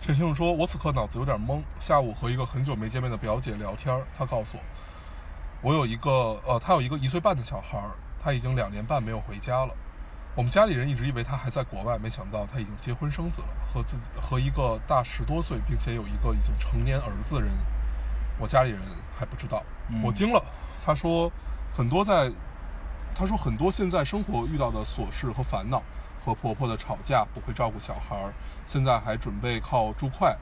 B: 这听众说，我此刻脑子有点懵。下午和一个很久没见面的表姐聊天儿，她告诉我，我有一个呃，她有一个一岁半的小孩儿，她已经两年半没有回家了。我们家里人一直以为她还在国外，没想到她已经结婚生子了，和自己和一个大十多岁并且有一个已经成年儿子的人，我家里人还不知道。
A: 嗯
B: 我惊了，她说很多在她说很多现在生活遇到的琐事和烦恼，和婆婆的吵架，不会照顾小孩儿，现在还准备靠注会，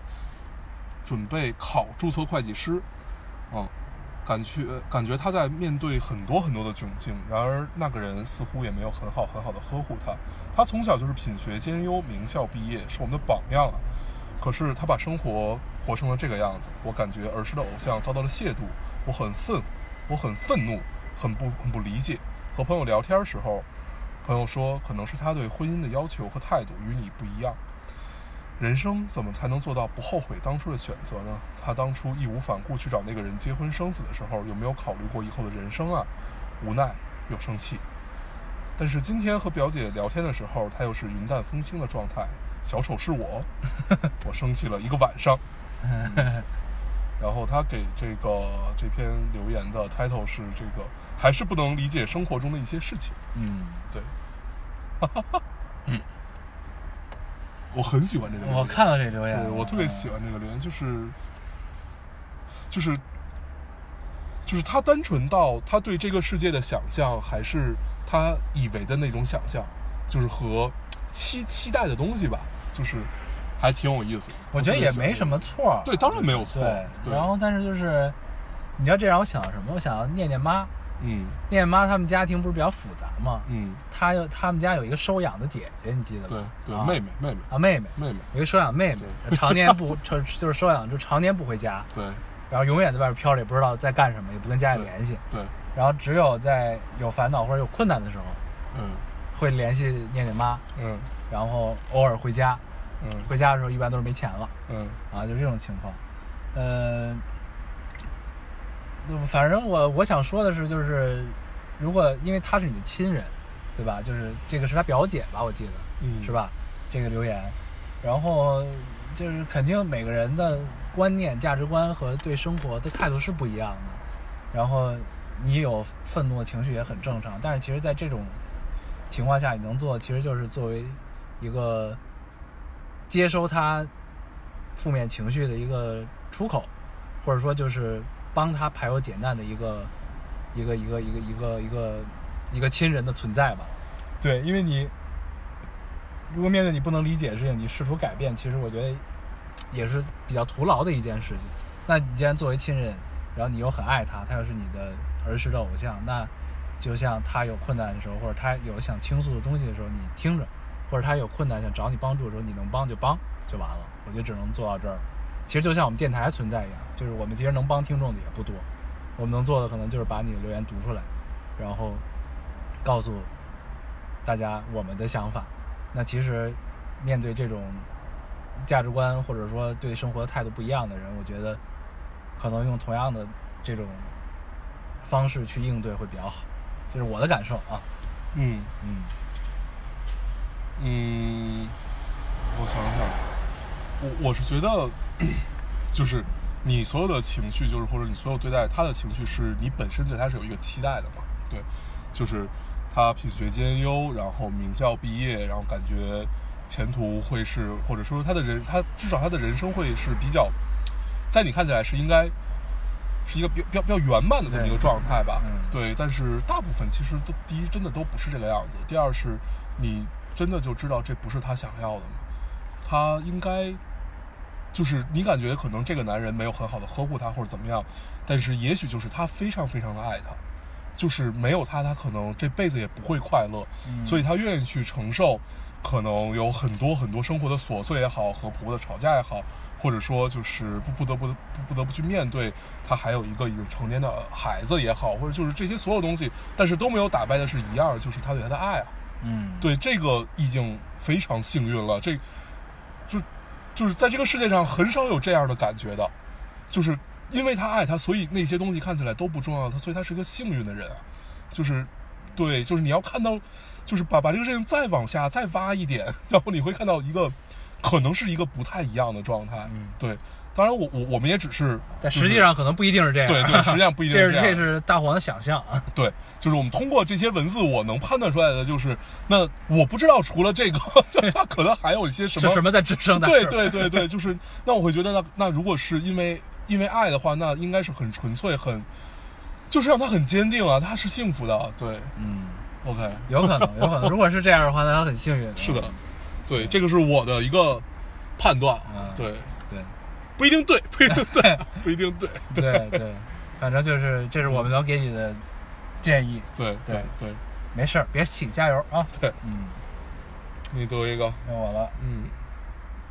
B: 准备考注册会计师，嗯，感觉感觉她在面对很多很多的窘境，然而那个人似乎也没有很好很好的呵护她。她从小就是品学兼优，名校毕业，是我们的榜样啊。可是她把生活活成了这个样子，我感觉儿时的偶像遭到了亵渎，我很愤，我很愤怒，很不很不理解。和朋友聊天时候，朋友说可能是他对婚姻的要求和态度与你不一样。人生怎么才能做到不后悔当初的选择呢？他当初义无反顾去找那个人结婚生子的时候，有没有考虑过以后的人生啊？无奈又生气。但是今天和表姐聊天的时候，她又是云淡风轻的状态。小丑是我，我生气了一个晚上。嗯然后他给这个这篇留言的 title 是这个，还是不能理解生活中的一些事情。
A: 嗯，
B: 对，我很喜欢这个留言，
A: 我看到这留言
B: 对
A: 了，
B: 我特别喜欢这个留言，就是就是就是他单纯到他对这个世界的想象，还是他以为的那种想象，就是和期期待的东西吧，就是还挺有意思。
A: 我觉得
B: 特别
A: 也
B: 喜欢
A: 没什么错儿。
B: 对，当然没有错。
A: 对，
B: 对，
A: 然后但是就是，你知道这让我想到什么？我想到念念妈，
B: 嗯
A: 念念妈他们家庭不是比较复杂吗？
B: 嗯，
A: 她有他们家有一个收养的姐姐，你记得吧？
B: 对对，
A: 啊
B: 妹妹妹妹
A: 啊妹妹，
B: 妹妹，
A: 有一个收养妹妹， 常年不就就是收养，就常年不回家，
B: 对
A: 然后永远在外边飘着，也不知道在干什么，也不跟家里
B: 对
A: 联系，
B: 对，
A: 然后只有在有烦恼或者有困难的时候，
B: 嗯
A: 会联系念念妈，
B: 嗯
A: 然后偶尔回家，
B: 嗯
A: 回家的时候一般都是没钱了。
B: 嗯
A: 啊，就这种情况。呃，那反正我我想说的是，就是如果因为她是你的亲人，对吧？就是这个是她表姐吧，我记得
B: 嗯，
A: 是？吧？这个留言，然后就是肯定每个人的观念、价值观和对生活的态度是不一样的。然后你有愤怒的情绪也很正常，但是其实，在这种情况下，你能做的其实就是作为一个接收他负面情绪的一个出口，或者说就是帮他排忧解难的一个一个一个一个一个一个一个亲人的存在吧。对，因为你如果面对你不能理解的事情，你试图改变，其实我觉得也是比较徒劳的一件事情。那你既然作为亲人，然后你又很爱他，他又是你的儿时的偶像，那就像他有困难的时候，或者他有想倾诉的东西的时候，你听着；或者他有困难想找你帮助的时候，你能帮就帮就完了。我就只能做到这儿。其实就像我们电台存在一样，就是我们其实能帮听众的也不多，我们能做的可能就是把你的留言读出来，然后告诉大家我们的想法。那其实面对这种价值观或者说对生活态度不一样的人，我觉得可能用同样的这种方式去应对会比较好，这是我的感受啊。
B: 嗯
A: 嗯，
B: 嗯，我想想，我我是觉得，就是你所有的情绪，就是或者你所有对待他的情绪，是你本身对他是有一个期待的嘛？对，就是他品学兼优，然后名校毕业，然后感觉前途会是，或者说他的人，他至少他的人生会是比较，在你看起来是应该。是一个比较比较比较圆满的这么一个
A: 对
B: 状态吧，
A: 嗯
B: 对。但是大部分其实都第一真的都不是这个样子，第二是你真的就知道这不是他想要的吗？他应该就是你感觉可能这个男人没有很好的呵护她或者怎么样，但是也许就是他非常非常的爱她，就是没有他，他可能这辈子也不会快乐，所以他愿意去承受，可能有很多很多生活的琐碎也好，和婆婆的吵架也好，或者说就是不不得不不不得不去面对他还有一个已经成年的孩子也好，或者就是这些所有东西，但是都没有打败的是一样，就是他对他的爱啊。
A: 嗯，
B: 对，这个已经非常幸运了。这，就就是在这个世界上很少有这样的感觉的，就是因为他爱他，所以那些东西看起来都不重要。他所以他是一个幸运的人啊，就是对，就是你要看到，就是把把这个事情再往下再挖一点， 然后你会看到一个可能是一个不太一样的状态。
A: 嗯
B: 对，当然我我我们也只是，
A: 但
B: 就
A: 实际
B: 是
A: 上可能不一定是这样。
B: 对对，实际上不一 定
A: 这
B: 是
A: 是
B: 样
A: 这是大黄的想象啊。
B: 对，就是我们通过这些文字，我能判断出来的就是，那我不知道除了这个， 他可能还有一些什
A: 是
B: 么。
A: 什么在支撑他？
B: 对对对对，就是那我会觉得那那如果是因为因为爱的话，那应该是很纯粹，很就是让他很坚定啊，他是幸福的。对
A: 嗯，
B: ，OK，
A: 有可能，有可能。如果是这样的话，那他很幸运。
B: 是的，对，这个是我的一个判断啊
A: 嗯，
B: 对，
A: 对，
B: 不一定对，不一定 对，不一定对，
A: 对对，反正就是这是我们能给你的建议。
B: 对对
A: 对
B: 对，
A: 没事儿，别气，加油啊！
B: 对，
A: 嗯，
B: 你读一个，
A: 该我了。
B: 嗯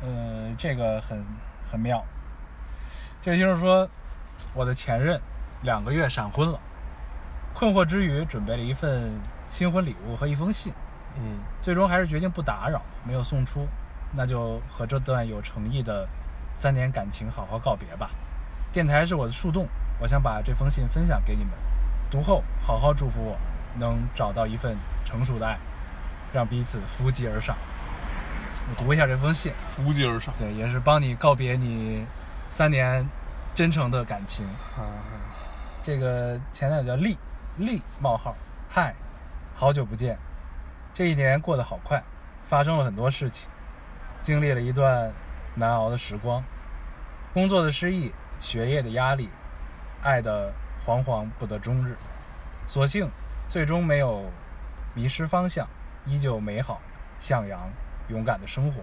A: 呃，这个很很妙。这个听众说，我的前任两个月闪婚了，困惑之余准备了一份新婚礼物和一封信，
B: 嗯
A: 最终还是决定不打扰，没有送出。那就和这段有诚意的三年感情好好告别吧。电台是我的树洞，我想把这封信分享给你们，读后好好祝福我能找到一份成熟的爱，让彼此扶级而上。我读一下这封信，
B: 扶级而上，
A: 对，也是帮你告别你三年真诚的感情。
B: 啊
A: 这个前男友叫丽丽冒号，嗨，好久不见，这一年过得好快，发生了很多事情，经历了一段难熬的时光，工作的失意，学业的压力，爱的惶惶不得终日，所幸最终没有迷失方向，依旧美好、向阳、勇敢的生活，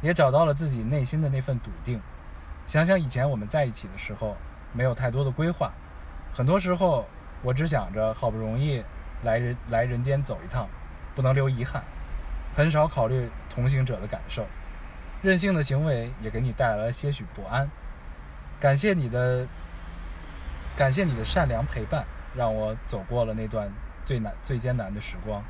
A: 也找到了自己内心的那份笃定。想想以前我们在一起的时候，没有太多的规划，很多时候我只想着好不容易来人来人间走一趟，不能留遗憾，很少考虑同行者的感受。任性的行为也给你带来了些许不安。感谢你的，感谢你的善良陪伴，让我走过了那段最难最艰难的时光。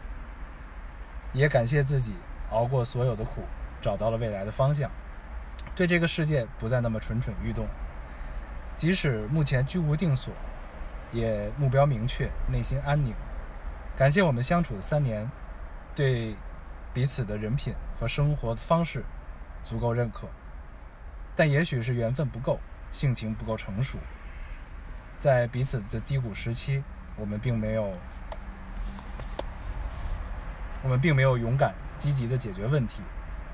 A: 也感谢自己熬过所有的苦，找到了未来的方向，对这个世界不再那么蠢蠢欲动。即使目前居无定所，也目标明确，内心安宁。感谢我们相处的三年，对彼此的人品和生活方式足够认可，但也许是缘分不够，性情不够成熟，在彼此的低谷时期，我们并没有，我们并没有勇敢积极的解决问题，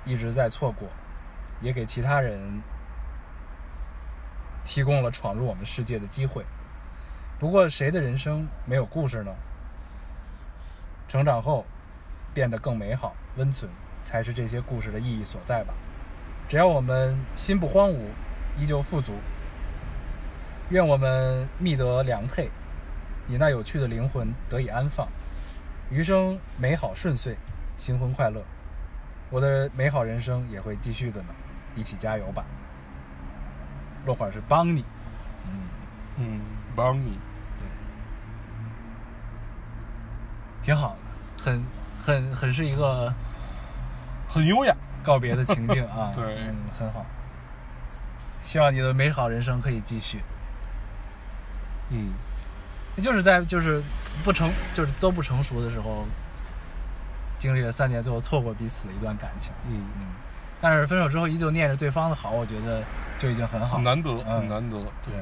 A: 一直在错过，也给其他人提供了闯入我们世界的机会。不过，谁的人生没有故事呢？成长后，变得更美好、温存，才是这些故事的意义所在吧。只要我们心不荒芜，依旧富足。愿我们觅得良配，你那有趣的灵魂得以安放，余生美好顺遂，新婚快乐。我的美好人生也会继续的呢，一起加油吧。落款是帮你，
B: 嗯，帮你，
A: 挺好的，很很很是一个
B: 很优雅。，
A: 告别的情境啊
B: 对
A: 嗯，很好。希望你的美好人生可以继续，
B: 嗯，
A: 就是在就是不成就是都不成熟的时候，经历了三年，最后错过彼此的一段感情。
B: 嗯，
A: 嗯，但是分手之后依旧念着对方的好，我觉得就已经很好。
B: 很难得，
A: 嗯
B: 很难得。
A: 对，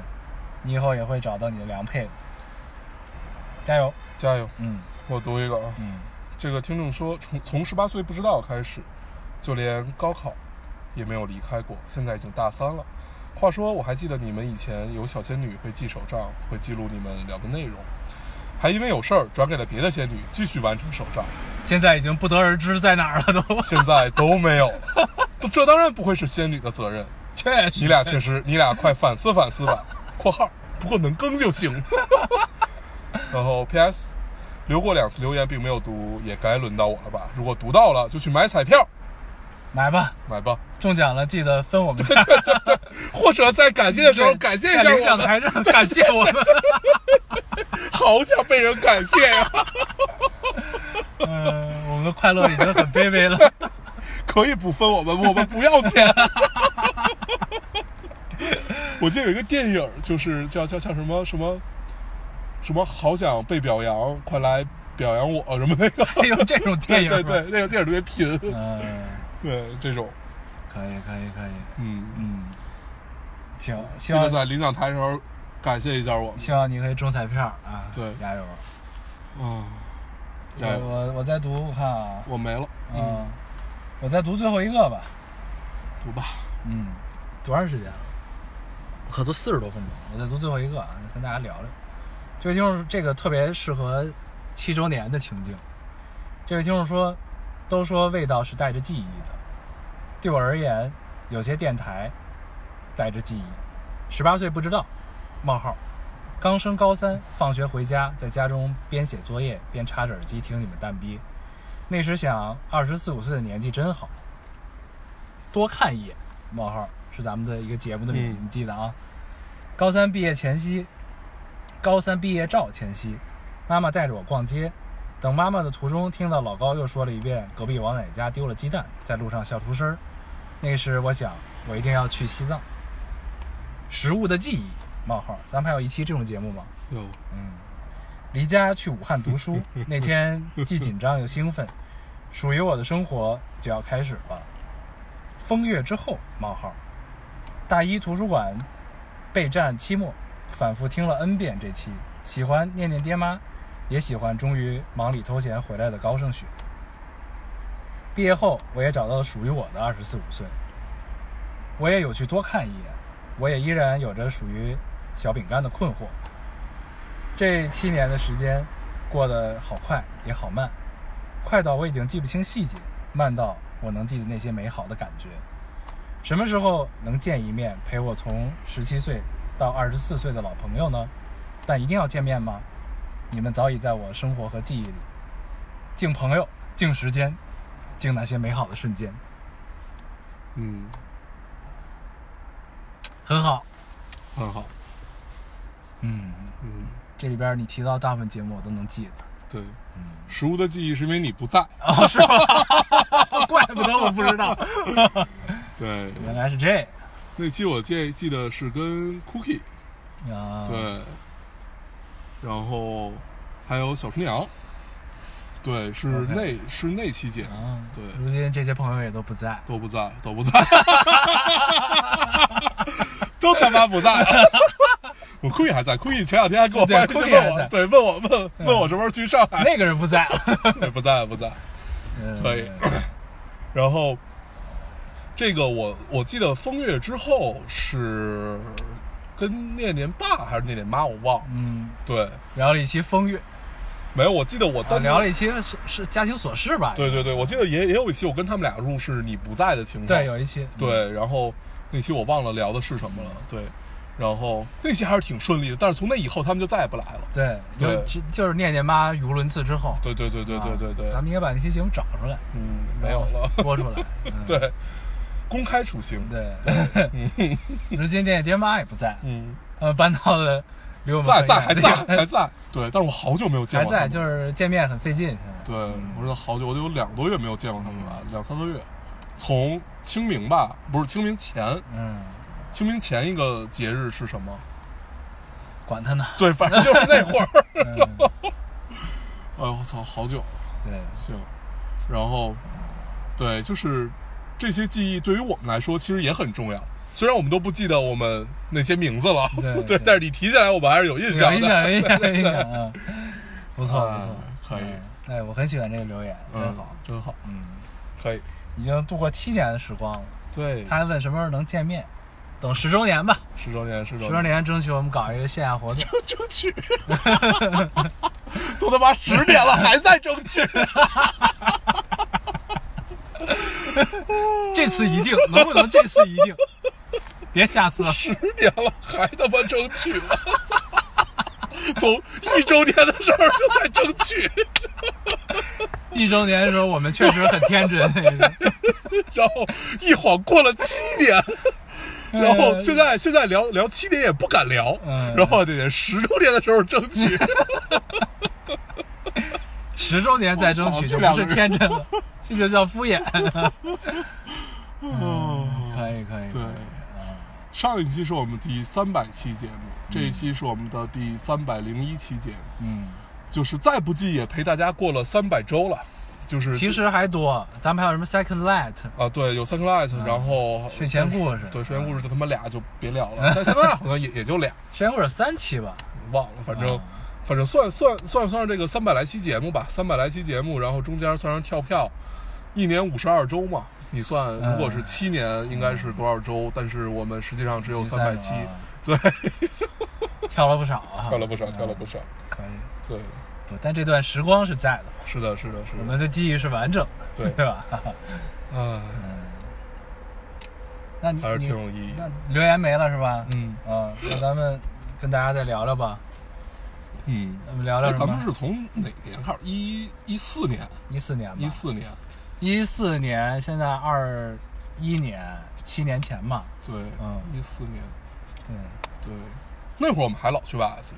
A: 你以后也会找到你的良配的，加油！
B: 加油！
A: 嗯
B: 我读一个啊，
A: 嗯，
B: 这个听众说，从从十八岁不知道开始，就连高考也没有离开过，现在已经大三了。话说，我还记得你们以前有小仙女会记手账，会记录你们聊的内容，还因为有事儿转给了别的仙女继续完成手账，
A: 现在已经不得而知在哪儿了都。
B: 现在都没有。这这当然不会是仙女的责任，
A: 确实，
B: 你俩确实，你俩快反思反思吧。 （括号不过能更就 行。）然后 P.S. 留过两次留言并没有读，也该轮到我了吧？如果读到了，就去买彩票，
A: 买吧，
B: 买吧。
A: 中奖了记得分我们。
B: 或者在感谢的时候感谢一下
A: 在领
B: 我
A: 奖
B: 们，
A: 台上 感谢我们。
B: 好想被人感谢啊呀、
A: 嗯，我们的快乐已经很卑微 了。
B: 可以不分我们，我们不要 钱。我记得有一个电影，就是叫叫叫什么什么什么，好想被表扬，快来表扬我什么那个。
A: 还有这种电
B: 对
A: 影？
B: 对对，。那个电影特别贫，
A: 嗯，
B: 对这种，
A: 可以可以可以。
B: 嗯，
A: 嗯，行，
B: 记
A: 希
B: 得
A: 望
B: 在领奖台的时候感谢一下我们
A: 希望你可以中彩票啊！
B: 对
A: 加油！
B: 啊，加
A: 我
B: 油！
A: 我我再读，我看啊，
B: 我没了，
A: 嗯，我再读最后一个吧。
B: 读吧，
A: 嗯，多长时间了？我可都四十多分钟了，我再读最后一个啊，跟大家聊聊。这位听众，这个特别适合七周年的情境。这位听众说，都说味道是带着记忆的，对我而言，有些电台带着记忆。十八岁不知道，冒号，刚升高三，放学回家，在家中边写作业边插着耳机听你们蛋逼。那时想，二十四五岁的年纪真好，多看一眼。冒号是咱们的一个节目的名字，
B: 嗯
A: 你记得啊。高三毕业前夕，高三毕业照前夕，妈妈带着我逛街，等妈妈的途中，听到老高又说了一遍隔壁王奶奶家丢了鸡蛋，在路上笑出声儿。那时我想，我一定要去西藏。食物的记忆冒号，咱们还有一期这种节目吗？
B: 哟，
A: 嗯，离家去武汉读书，那天既紧张又兴奋，属于我的生活就要开始了。风月之后冒号，大一图书馆备战期末，反复听了 n 遍这期，喜欢念念爹妈，也喜欢终于忙里偷闲回来的高胜雪。毕业后，我也找到了属于我的二十四五岁，我也有去多看一眼，我也依然有着属于小饼干的困惑。这七年的时间过得好快也好慢，快到我已经记不清细节，慢到我能记得那些美好的感觉。什么时候能见一面，陪我从十七岁到二十四岁的老朋友呢？但一定要见面吗？你们早已在我生活和记忆里，敬朋友，敬时间，敬那些美好的瞬间，
B: 嗯，
A: 很好。
B: 很好，
A: 嗯，
B: 嗯，
A: 这里边你提到大部分节目我都能记得。
B: 对，
A: 嗯
B: 食物的记忆是因为你不在，
A: 哦，是吗？ 怪不得我不知道，
B: 对，
A: 原来是这样。
B: 那期我记记得是跟 Cookie
A: 啊，
B: 对，然后还有小厨娘，对，是
A: 啊 OK
B: 那是那期节目
A: 啊，
B: 对
A: 如今这些朋友也都不在，
B: 都不在，都不在， 都他妈不在。我 Cookie 还在，Cookie 前两天还给我发
A: 对
B: 信息
A: Cookie 还
B: 问我，
A: 在
B: 对，问我问问我什么时候去上海，
A: 那个人不在了。
B: 对不在不在。可以
A: 嗯
B: 然后这个我我记得风月之后是跟念念爸还是念念妈，我忘了。
A: 嗯，
B: 对，
A: 聊了一期风月，
B: 没有，我记得我
A: 啊，
B: 单独
A: 聊了一期是是家庭琐事吧？
B: 对对对，我记得也也有一期我跟他们俩录是你不在的情况，
A: 对，有一期，
B: 对，然后那期我忘了聊的是什么了，对，然后那期还是挺顺利的，但是从那以后他们就再也不来了。
A: 对，
B: 对
A: 有就就是念念妈语无伦次之后，
B: 对对对对对对对，
A: 啊咱们应该把那期节目找出来，
B: 嗯没有了，
A: 播出来， 嗯
B: 对，公开处刑，
A: 对，如今念念爹妈也不在，
B: 嗯，
A: 他们搬到了离我们
B: 在
A: 很
B: 在
A: 远
B: 还
A: 的
B: 在
A: 地方
B: 还在，对，但是我好久没有见
A: 还
B: 过他
A: 在，
B: 们了，
A: 嗯就是见面很费劲，现在
B: 对，我真的好久，我都有两个多月没有见过他们了，两三个月，从清明吧，不是清明前，
A: 嗯，
B: 清明前一个节日是什么？
A: 管他呢，
B: 对，反正就是那会儿。
A: 嗯，
B: 哎呦我操，好久了，
A: 对，
B: 行。然后，对，就是这些记忆对于我们来说其实也很重要。虽然我们都不记得我们那些名字了，
A: 对对
B: 但是你提起来，我们还是有印象
A: 有
B: 的。
A: 印象，有印象，有印象，嗯，不错不错
B: 啊，可以
A: 嗯，哎，我很喜欢这个留言，真
B: 嗯
A: 好，，
B: 真好，
A: 嗯，
B: 可以。
A: 已经度过七年的时光了。
B: 对，
A: 他还问什么时候能见面，等十周年吧，
B: 十周年，十周
A: 十周，年争取我们搞一个线下活动。
B: 争取，都他妈十年了还在争取，
A: 这次一定，能不能这次一定？别下次了，
B: 十年了还他妈争取了。 从一周年的时候就在争取，
A: 一周年的时候我们确实很天真。
B: 然后一晃过了七年，
A: 哎
B: 然后现在现在聊聊七年也不敢聊，
A: 嗯
B: 然后得得十周年的时候争 取，
A: 十周年再争取就不是天真了，这就叫敷衍。 可以可以，
B: 哦对，上一期是我们第三百期节目，这一期是我们的第三百零一期节目。
A: 嗯，
B: 就是再不济也陪大家过了三百周了，就是
A: 其实还多，咱们还有什么 Second Light，
B: 啊，对，有三个 light，、然后
A: 嗯睡前故事
B: 对，睡前故事就他妈俩就别聊了， 三三个 light 好像也也就俩，
A: 虽然我有三期吧，
B: 忘了，反
A: 啊
B: 正、反正算算算算上这个三百来期节目吧，三百来期节目，然后中间算上跳票，一年五十二周嘛，你算
A: 嗯
B: 如果是七年应该是多少周？但是我们实际上只有三百
A: 三
B: 期，
A: 对， 跳了不少啊，嗯
B: 跳了不少，跳了不少，
A: 可以，
B: 对，
A: 不，但这段时光是在的，
B: 是的，是的，是
A: 我
B: 的，
A: 们的记忆是完整的，
B: 对，
A: 对吧？
B: 唉，
A: 那你
B: 还是
A: 你
B: 挺有意义的，
A: 那留言没了是吧？
B: 嗯
A: 啊，那咱们跟大家再聊聊吧，
B: 嗯。
A: 咱们聊聊
B: 哎
A: 什
B: 咱们
A: 么？
B: 是从哪年开始？一一四年，
A: 一四年吧，
B: 一四年，
A: 一四年，现在二一年，七年前嘛。
B: 对，
A: 嗯
B: 一四年，
A: 对
B: 对，那会儿我们还老去 YS，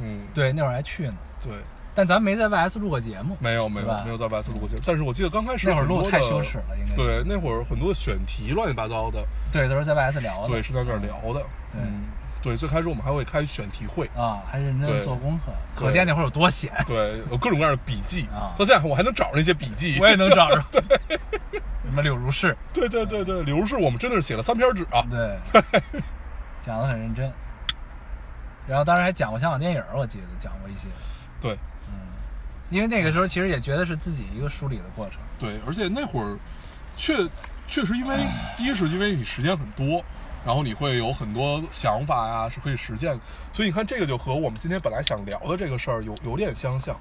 B: 嗯，
A: 对，那会儿还去呢，
B: 对，
A: 但咱们没在 YS 录过节目，
B: 没有没有
A: 对吧
B: 没有在 YS 录过节目，但是我记得刚开始
A: 那会儿
B: 很多
A: 录太
B: 的
A: 羞耻了，应该是
B: 对，那会儿很多的选题乱七八糟的，
A: 对，都是在 YS 聊的，
B: 对，是在那儿聊的，
A: 对
B: 嗯，对，最开始我们还会开选 题会，
A: 啊，还认真
B: 对
A: 做功课，
B: 对
A: 可见那会儿有多闲，
B: 对，有各种各样的笔记
A: 啊，
B: 到现在我还能找着那些笔记
A: 我，也能找着。 什么柳如是，
B: 对对对对，刘氏我们真的是写了三篇纸啊，
A: 对，讲的很认真。然后当时还讲过香港电影儿，我记得讲过一些，
B: 对
A: 因为那个时候其实也觉得是自己一个梳理的过程。
B: 对，而且那会儿确确实因为第一是因为你时间很多，然后你会有很多想法呀、是可以实践的，所以你看这个就和我们今天本来想聊的这个事儿有有点相像，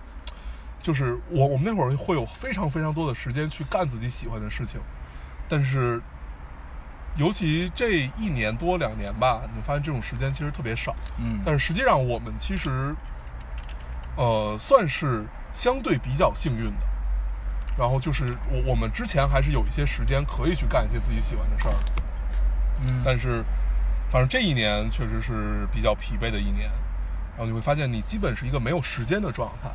B: 就是我我们那会儿会有非常非常多的时间去干自己喜欢的事情，但是。尤其这一年多两年吧，你发现这种时间其实特别少。
A: 嗯，
B: 但是实际上，我们其实，呃，算是相对比较幸运的。然后就是我我们之前还是有一些时间可以去干一些自己喜欢的事儿，
A: 嗯，
B: 但是反正这一年确实是比较疲惫的一年。然后你会发现，你基本是一个没有时间的状态。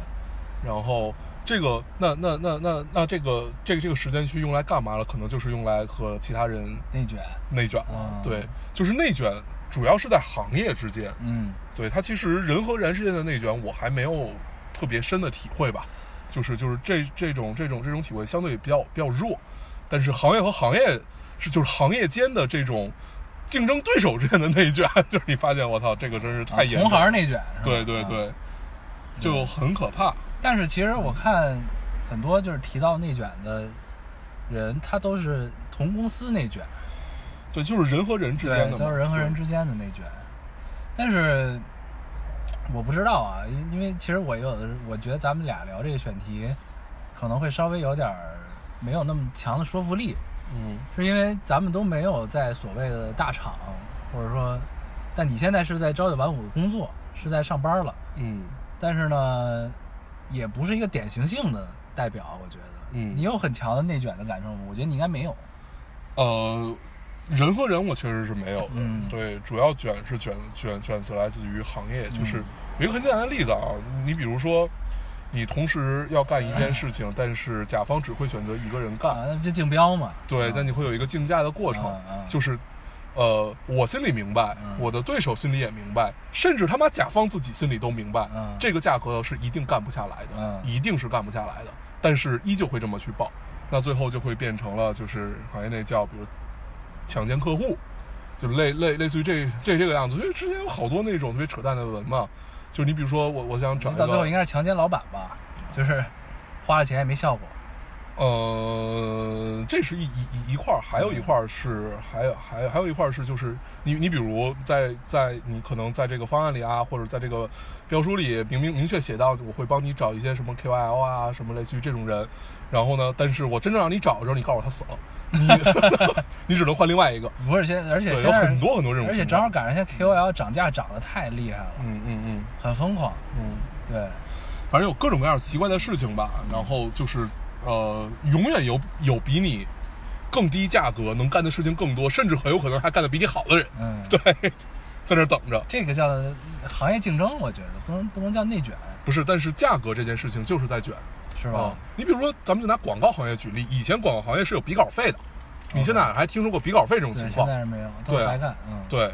B: 然后这个，那那那那那这个这个这个时间去用来干嘛了？可能就是用来和其他人
A: 内卷，
B: 内卷了
A: 啊。
B: 对，就是内卷，主要是在行业之间。
A: 嗯
B: 对它其实人和人之间的内卷，我还没有特别深的体会吧，就是就是这这种这种这种体会相对比较比较弱，但是行业和行业是就是行业间的这种竞争对手之间的内卷， 就是你发现我操，这个真是
A: 啊
B: 太严重
A: 同
B: 了，
A: 行内卷，是吧
B: 对对。
A: 啊
B: 对，就很可怕，
A: 但是其实我看很多就是提到内卷的人，他都是同公司内卷，
B: 对，就是人和人之
A: 对
B: 间的，嘛，
A: 都是人和人
B: 对
A: 之间的内卷。但是我不知道啊，因因为其实我有的时候，我觉得咱们俩聊这个选题，可能会稍微有点儿没有那么强的说服力，
B: 嗯
A: 是因为咱们都没有在所谓的大厂，或者说，但你现在是在朝九晚五的工作，是在上班了，
B: 嗯
A: 但是呢，也不是一个典型性的代表，我觉得。
B: 嗯
A: 你有很强的内卷的感受吗？我觉得你应该没有。
B: 呃，人和人我确实是没有的，
A: 嗯
B: 对，主要卷是卷卷卷自来自于行业，
A: 嗯
B: 就是有一个很简单的例子啊，你比如说，你同时要干一件事情，但是甲方只会选择一个人干，
A: 啊，那不就竞标嘛。
B: 对，但你会有一个竞价的过程
A: 啊啊，
B: 就是。呃，我心里明白，
A: 嗯
B: 我的对手心里也明白，甚至他妈甲方自己心里都明白，
A: 嗯
B: 这个价格是一定干不下来的，
A: 嗯
B: 一定是干不下来的，但是依旧会这么去报，那最后就会变成了就是行业内叫比如强奸客户，就类类类似于这这这个样子。因为之前有好多那种特别扯淡的文嘛，就是你比如说我我想找一
A: 到最后应
B: 个
A: 该是强奸老板吧，就是花了钱也没效果。
B: 呃，这是一一一一块儿，还有一块儿是还有还有还有一块儿是就是你你比如在在你可能在这个方案里啊，或者在这个标书里明明明确写到我会帮你找一些什么 KYL 啊什么类似于这种人，然后呢，但是我真正让你找的时候，你告诉我他死了，你你 只能换另外一个。
A: 不是现，而且
B: 对，
A: 现
B: 有
A: 在
B: 很多很多这种情况，
A: 而且正好赶上现在 KOL 涨价涨得太厉害了，
B: 嗯嗯嗯
A: 很疯狂。
B: 嗯，
A: 对，
B: 反正有各种各样奇怪的事情吧。然后就是呃，永远有有比你更低价格能干的事情更多，甚至很有可能还干得比你好的人
A: 嗯，
B: 在那儿等着。
A: 这个叫行业竞争，我觉得不能不能叫内卷，
B: 不是，但是价格这件事情就是在卷
A: 是吧
B: 啊？。你比如说，咱们就拿广告行业举例，以前广告行业是有比稿费的，你现在还听说过比稿费这种情
A: 对，现
B: 况？
A: 在是没有，都是
B: 对啊
A: 白干。嗯，，
B: 对，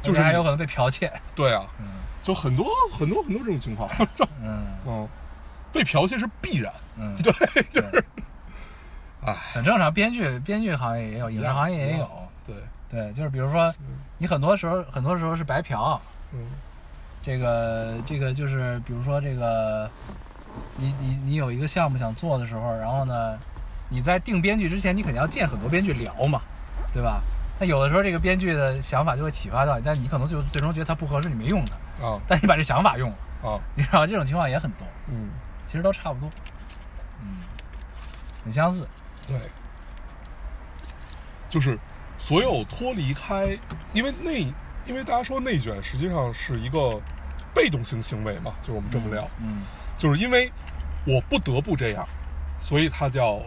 B: 就是
A: 还
B: 你
A: 有可能被剽窃。
B: 对啊，
A: 嗯
B: 就很多很多很多这种情况。
A: 嗯
B: 嗯，被剽窃是必然。
A: 嗯，对， 就是，
B: 唉
A: 很正常。编剧编剧行业也有，影视行业也有。
B: 对，
A: 对，就是比如说，你很多时候很多时候是白嫖，
B: 嗯
A: 这个这个就是比如说这个，你你你有一个项目想做的时候，然后呢，你在定编剧之前，你肯定要见很多编剧聊嘛，对吧？但有的时候这个编剧的想法就会启发到你，但你可能就最终觉得它不合适，你没用它，
B: 啊
A: 但你把这想法用了，
B: 啊
A: 你知道这种情况也很多，
B: 嗯，
A: 其实都差不多，嗯，很相似，
B: 对，就是所有脱离开，因为内，因为大家说内卷实际上是一个被动性行为嘛，就是我们这么聊，
A: 嗯
B: 就是因为我不得不这样，所以它叫。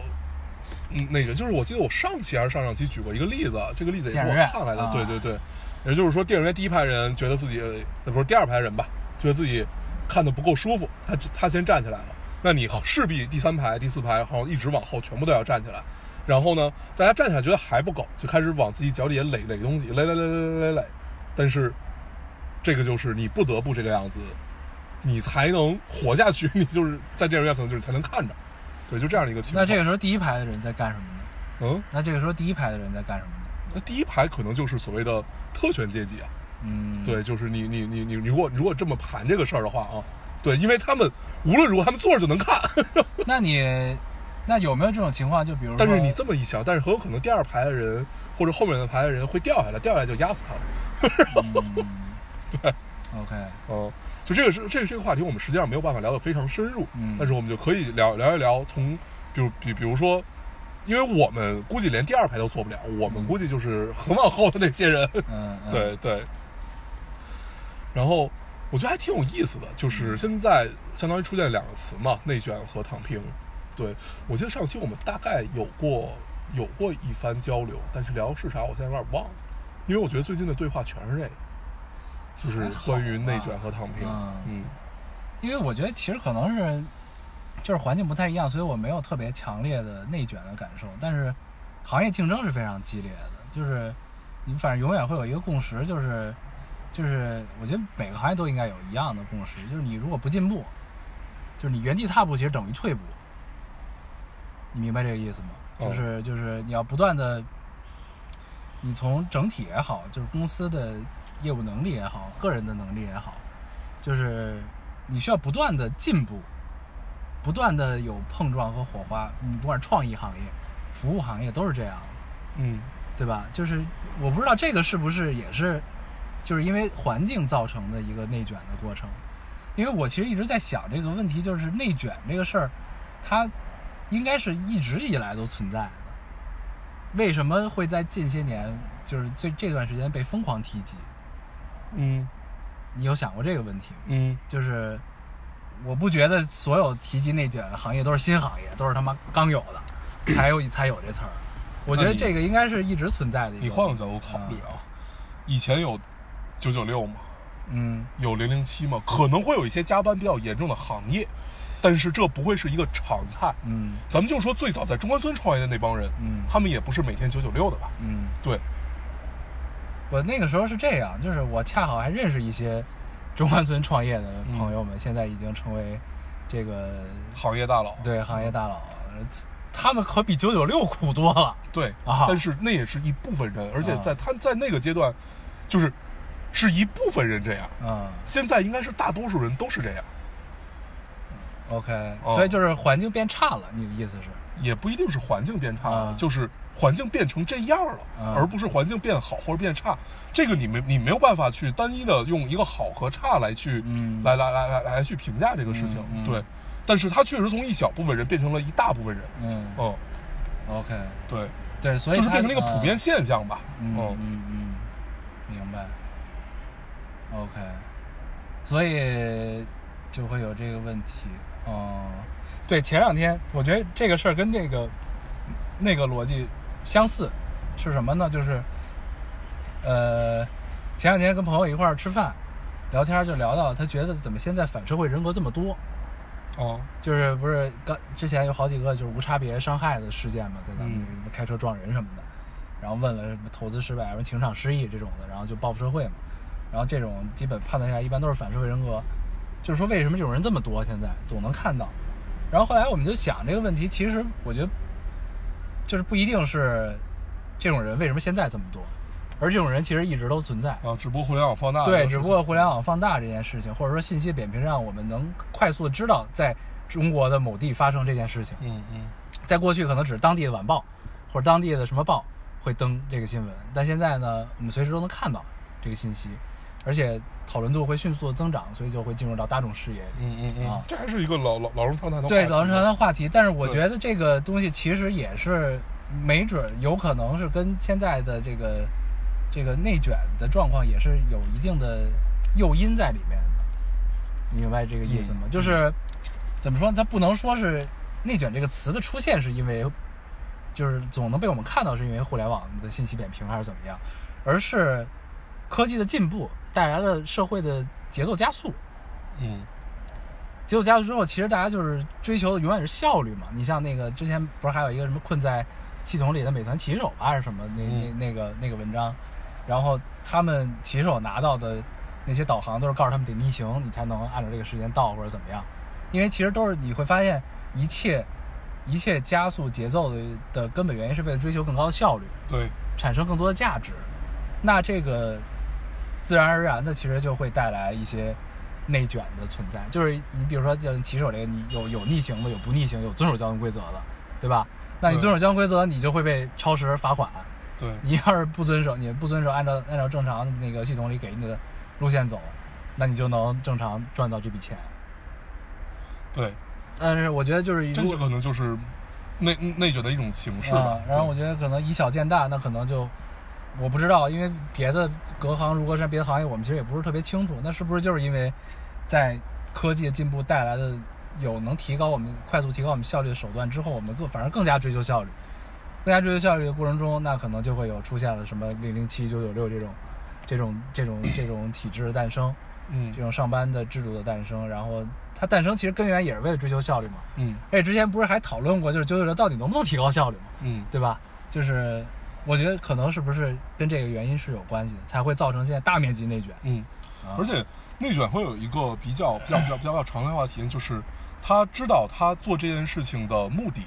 B: 嗯，那个就是我记得我上期还是上上期举过一个例子，啊这个例子也是
A: 电
B: 我
A: 影院
B: 看来的，
A: 啊
B: 对对对，也就是说电影院第一排人觉得自己，呃不是第二排人吧，觉得自己看的不够舒服，他他先站起来了，那你势必第三排、第四排好像一直往后全部都要站起来，然后呢，大家站起来觉得还不够，就开始往自己脚底下垒垒东西，垒垒垒垒垒垒垒，但是这个就是你不得不这个样子，你才能活下去， 你就是在电影院可能就是才能看着，对，就这样的一个情况。
A: 那这个时候第一排的人在干什么呢？
B: 嗯，
A: 那这个时候第一排的人在干什么呢？
B: 那第一排可能就是所谓的特权阶级啊，
A: 嗯，
B: 对，就是你你你你你如果如果这么盘这个事儿的话啊，对，因为他们无论如何他们坐着就能看，
A: 那你那有没有这种情况？就比如说，
B: 但是你这么一想，但是很有可能第二排的人或者后面的排的人会掉下来，掉下来就压死他了。
A: 嗯 OK，
B: 嗯，就这个是这个这个话题，我们实际上没有办法聊得非常深入，
A: 嗯
B: 但是我们就可以聊聊一聊从，比如比比如说，因为我们估计连第二排都做不了，我们估计就是很往后的那些人，
A: 嗯，嗯，
B: 对对。然后我觉得还挺有意思的，就是现在相当于出现两个词嘛，内卷和躺平。对我记得上期我们大概有过有过一番交流，但是聊的是啥我现在有点忘了，因为我觉得最近的对话全是这个，就是关于内卷和躺平
A: 啊。
B: 嗯
A: 因为我觉得其实可能是就是环境不太一样，所以我没有特别强烈的内卷的感受，但是行业竞争是非常激烈的，就是你反正永远会有一个共识，就是就是我觉得每个行业都应该有一样的共识，就是你如果不进步，就是你原地踏步，其实等于退步。你明白这个意思吗？
B: 哦
A: 就是就是你要不断的，你从整体也好，就是公司的业务能力也好，个人的能力也好，就是你需要不断的进步，不断的有碰撞和火花。你不管是创意行业、服务行业都是这样的，
B: 嗯
A: 对吧？就是我不知道这个是不是也是就是因为环境造成的一个内卷的过程。因为我其实一直在想这个问题，就是内卷这个事儿，它应该是一直以来都存在的，为什么会在近些年，就是这这段时间被疯狂提及？
B: 嗯
A: 你有想过这个问题吗？
B: 嗯
A: 就是我不觉得所有提及内卷的行业都是新行业，都是他妈刚有的，才有才有这词儿。我觉得
B: 那你
A: 这个应该是一直存在的一个。
B: 你换个角度考虑啊，以前有九九六吗？
A: 嗯，
B: 有零零七吗？可能会有一些加班比较严重的行业，但是这不会是一个常态。
A: 嗯
B: 咱们就说最早在中关村创业的那帮人，
A: 嗯
B: 他们也不是每天九九六的吧？
A: 嗯，
B: 对，
A: 我那个时候是这样，就是我恰好还认识一些中关村创业的
B: 嗯
A: 朋友们，现在已经成为这个
B: 行业大佬。
A: 对行业大佬，他们可比九九六苦多了。
B: 对
A: 啊
B: 但是那也是一部分人，而且
A: 啊
B: 在他在那个阶段，就是是一部分人这样。
A: 嗯
B: 现在应该是大多数人都是这样，
A: ，OK，、
B: 哦
A: 所以就是环境变差了，你的意思是？
B: 也不一定是环境变差了，
A: 啊
B: 就是环境变成这样了，
A: 啊
B: 而不是环境变好或者变差。这个你没你没有办法去单一的用一个好和差来去、
A: 嗯
B: 来来来来来去评价这个事情，
A: 嗯嗯
B: 对。但是它确实从一小部分人变成了一大部分人，
A: 嗯
B: 嗯，
A: ，OK，
B: 对，
A: 对，所以
B: 就是
A: 它啊
B: 变成了一个普遍现象吧，哦
A: 嗯嗯嗯嗯，明白。OK，所以就会有这个问题。哦、对，前两天我觉得这个事儿跟那个那个逻辑相似，是什么呢？就是呃，前两天跟朋友一块儿吃饭聊天，就聊到他觉得怎么现在反社会人格这么多。
B: 哦，
A: 就是不是刚之前有好几个就是无差别伤害的事件嘛，在咱们
B: 嗯
A: 什么开车撞人什么的，然后问了什么投资失败、什么情场失意这种的，然后就报复社会嘛。然后这种基本判断下，一般都是反社会人格。就是说，为什么这种人这么多？现在总能看到。然后后来我们就想这个问题，其实我觉得就是不一定是这种人为什么现在这么多，而这种人其实一直都存在。
B: 啊，只不过互联网放大，
A: 对，只不过互联网放大这件事情，或者说信息扁平，让我们能快速地知道在中国的某地发生这件事情。
B: 嗯嗯
A: 在过去可能只是当地的晚报或者当地的什么报会登这个新闻，但现在呢，我们随时都能看到这个信息，而且讨论度会迅速的增长，所以就会进入到大众视野里。
B: 嗯嗯
A: 啊
B: 嗯，这还是一个老老老生常谈的话题
A: 对老生常谈的话题，但是我
B: 对
A: 觉得这个东西其实也是没准儿有可能是跟现在的这个这个内卷的状况也是有一定的诱因在里面的，你明白这个意思吗？
B: 嗯
A: 就是怎么说，它不能说是内卷这个词的出现是因为就是总能被我们看到是因为互联网的信息扁平还是怎么样，而是科技的进步带来了社会的节奏加速。
B: 嗯
A: 结果加入之后，其实大家就是追求的永远是效率嘛。你像那个之前不是还有一个什么困在系统里的美团骑手啊，还是什么那那
B: 嗯
A: 那个那个文章，然后他们骑手拿到的那些导航都是告诉他们得逆行，你才能按照这个时间到或者怎么样。因为其实都是你会发现，一切一切加速节奏的的根本原因是为了追求更高的效率，
B: 对，
A: 产生更多的价值。那这个自然而然的，其实就会带来一些内卷的存在。就是你比如说，就是骑手这个，你有有逆行的，有不逆行，有遵守交通规则的，对吧？那你
B: 对
A: 遵守交通规则，你就会被超时罚款。
B: 对，
A: 你要是不遵守，你不遵守按照按照正常那个系统里给你的路线走，那你就能正常赚到这笔钱。
B: 对，
A: 但是我觉得就是
B: 这
A: 如
B: 是可能就是内内卷的一种形式吧
A: 啊。然后我
B: 对
A: 觉得可能以小见大，那可能就我不知道，因为别的隔行如隔山，别的行业我们其实也不是特别清楚。那是不是就是因为在科技的进步带来的有能提高我们快速提高我们效率的手段之后，我们更反而更加追求效率，更加追求效率的过程中，那可能就会有出现了什么零零七、九九六这种这种这种这种体制的诞生，
B: 嗯
A: 这种上班的制度的诞生。然后它诞生其实根源也是为了追求效率嘛。
B: 嗯
A: 而且之前不是还讨论过，就是九九六到底能不能提高效率嘛？
B: 嗯
A: 对吧？就是我觉得可能是不是跟这个原因是有关系的，才会造成现在大面积内卷。
B: 嗯，
A: 啊
B: 而且内卷会有一个比较比较比较比较比较常态化体验，就是他知道他做这件事情的目的。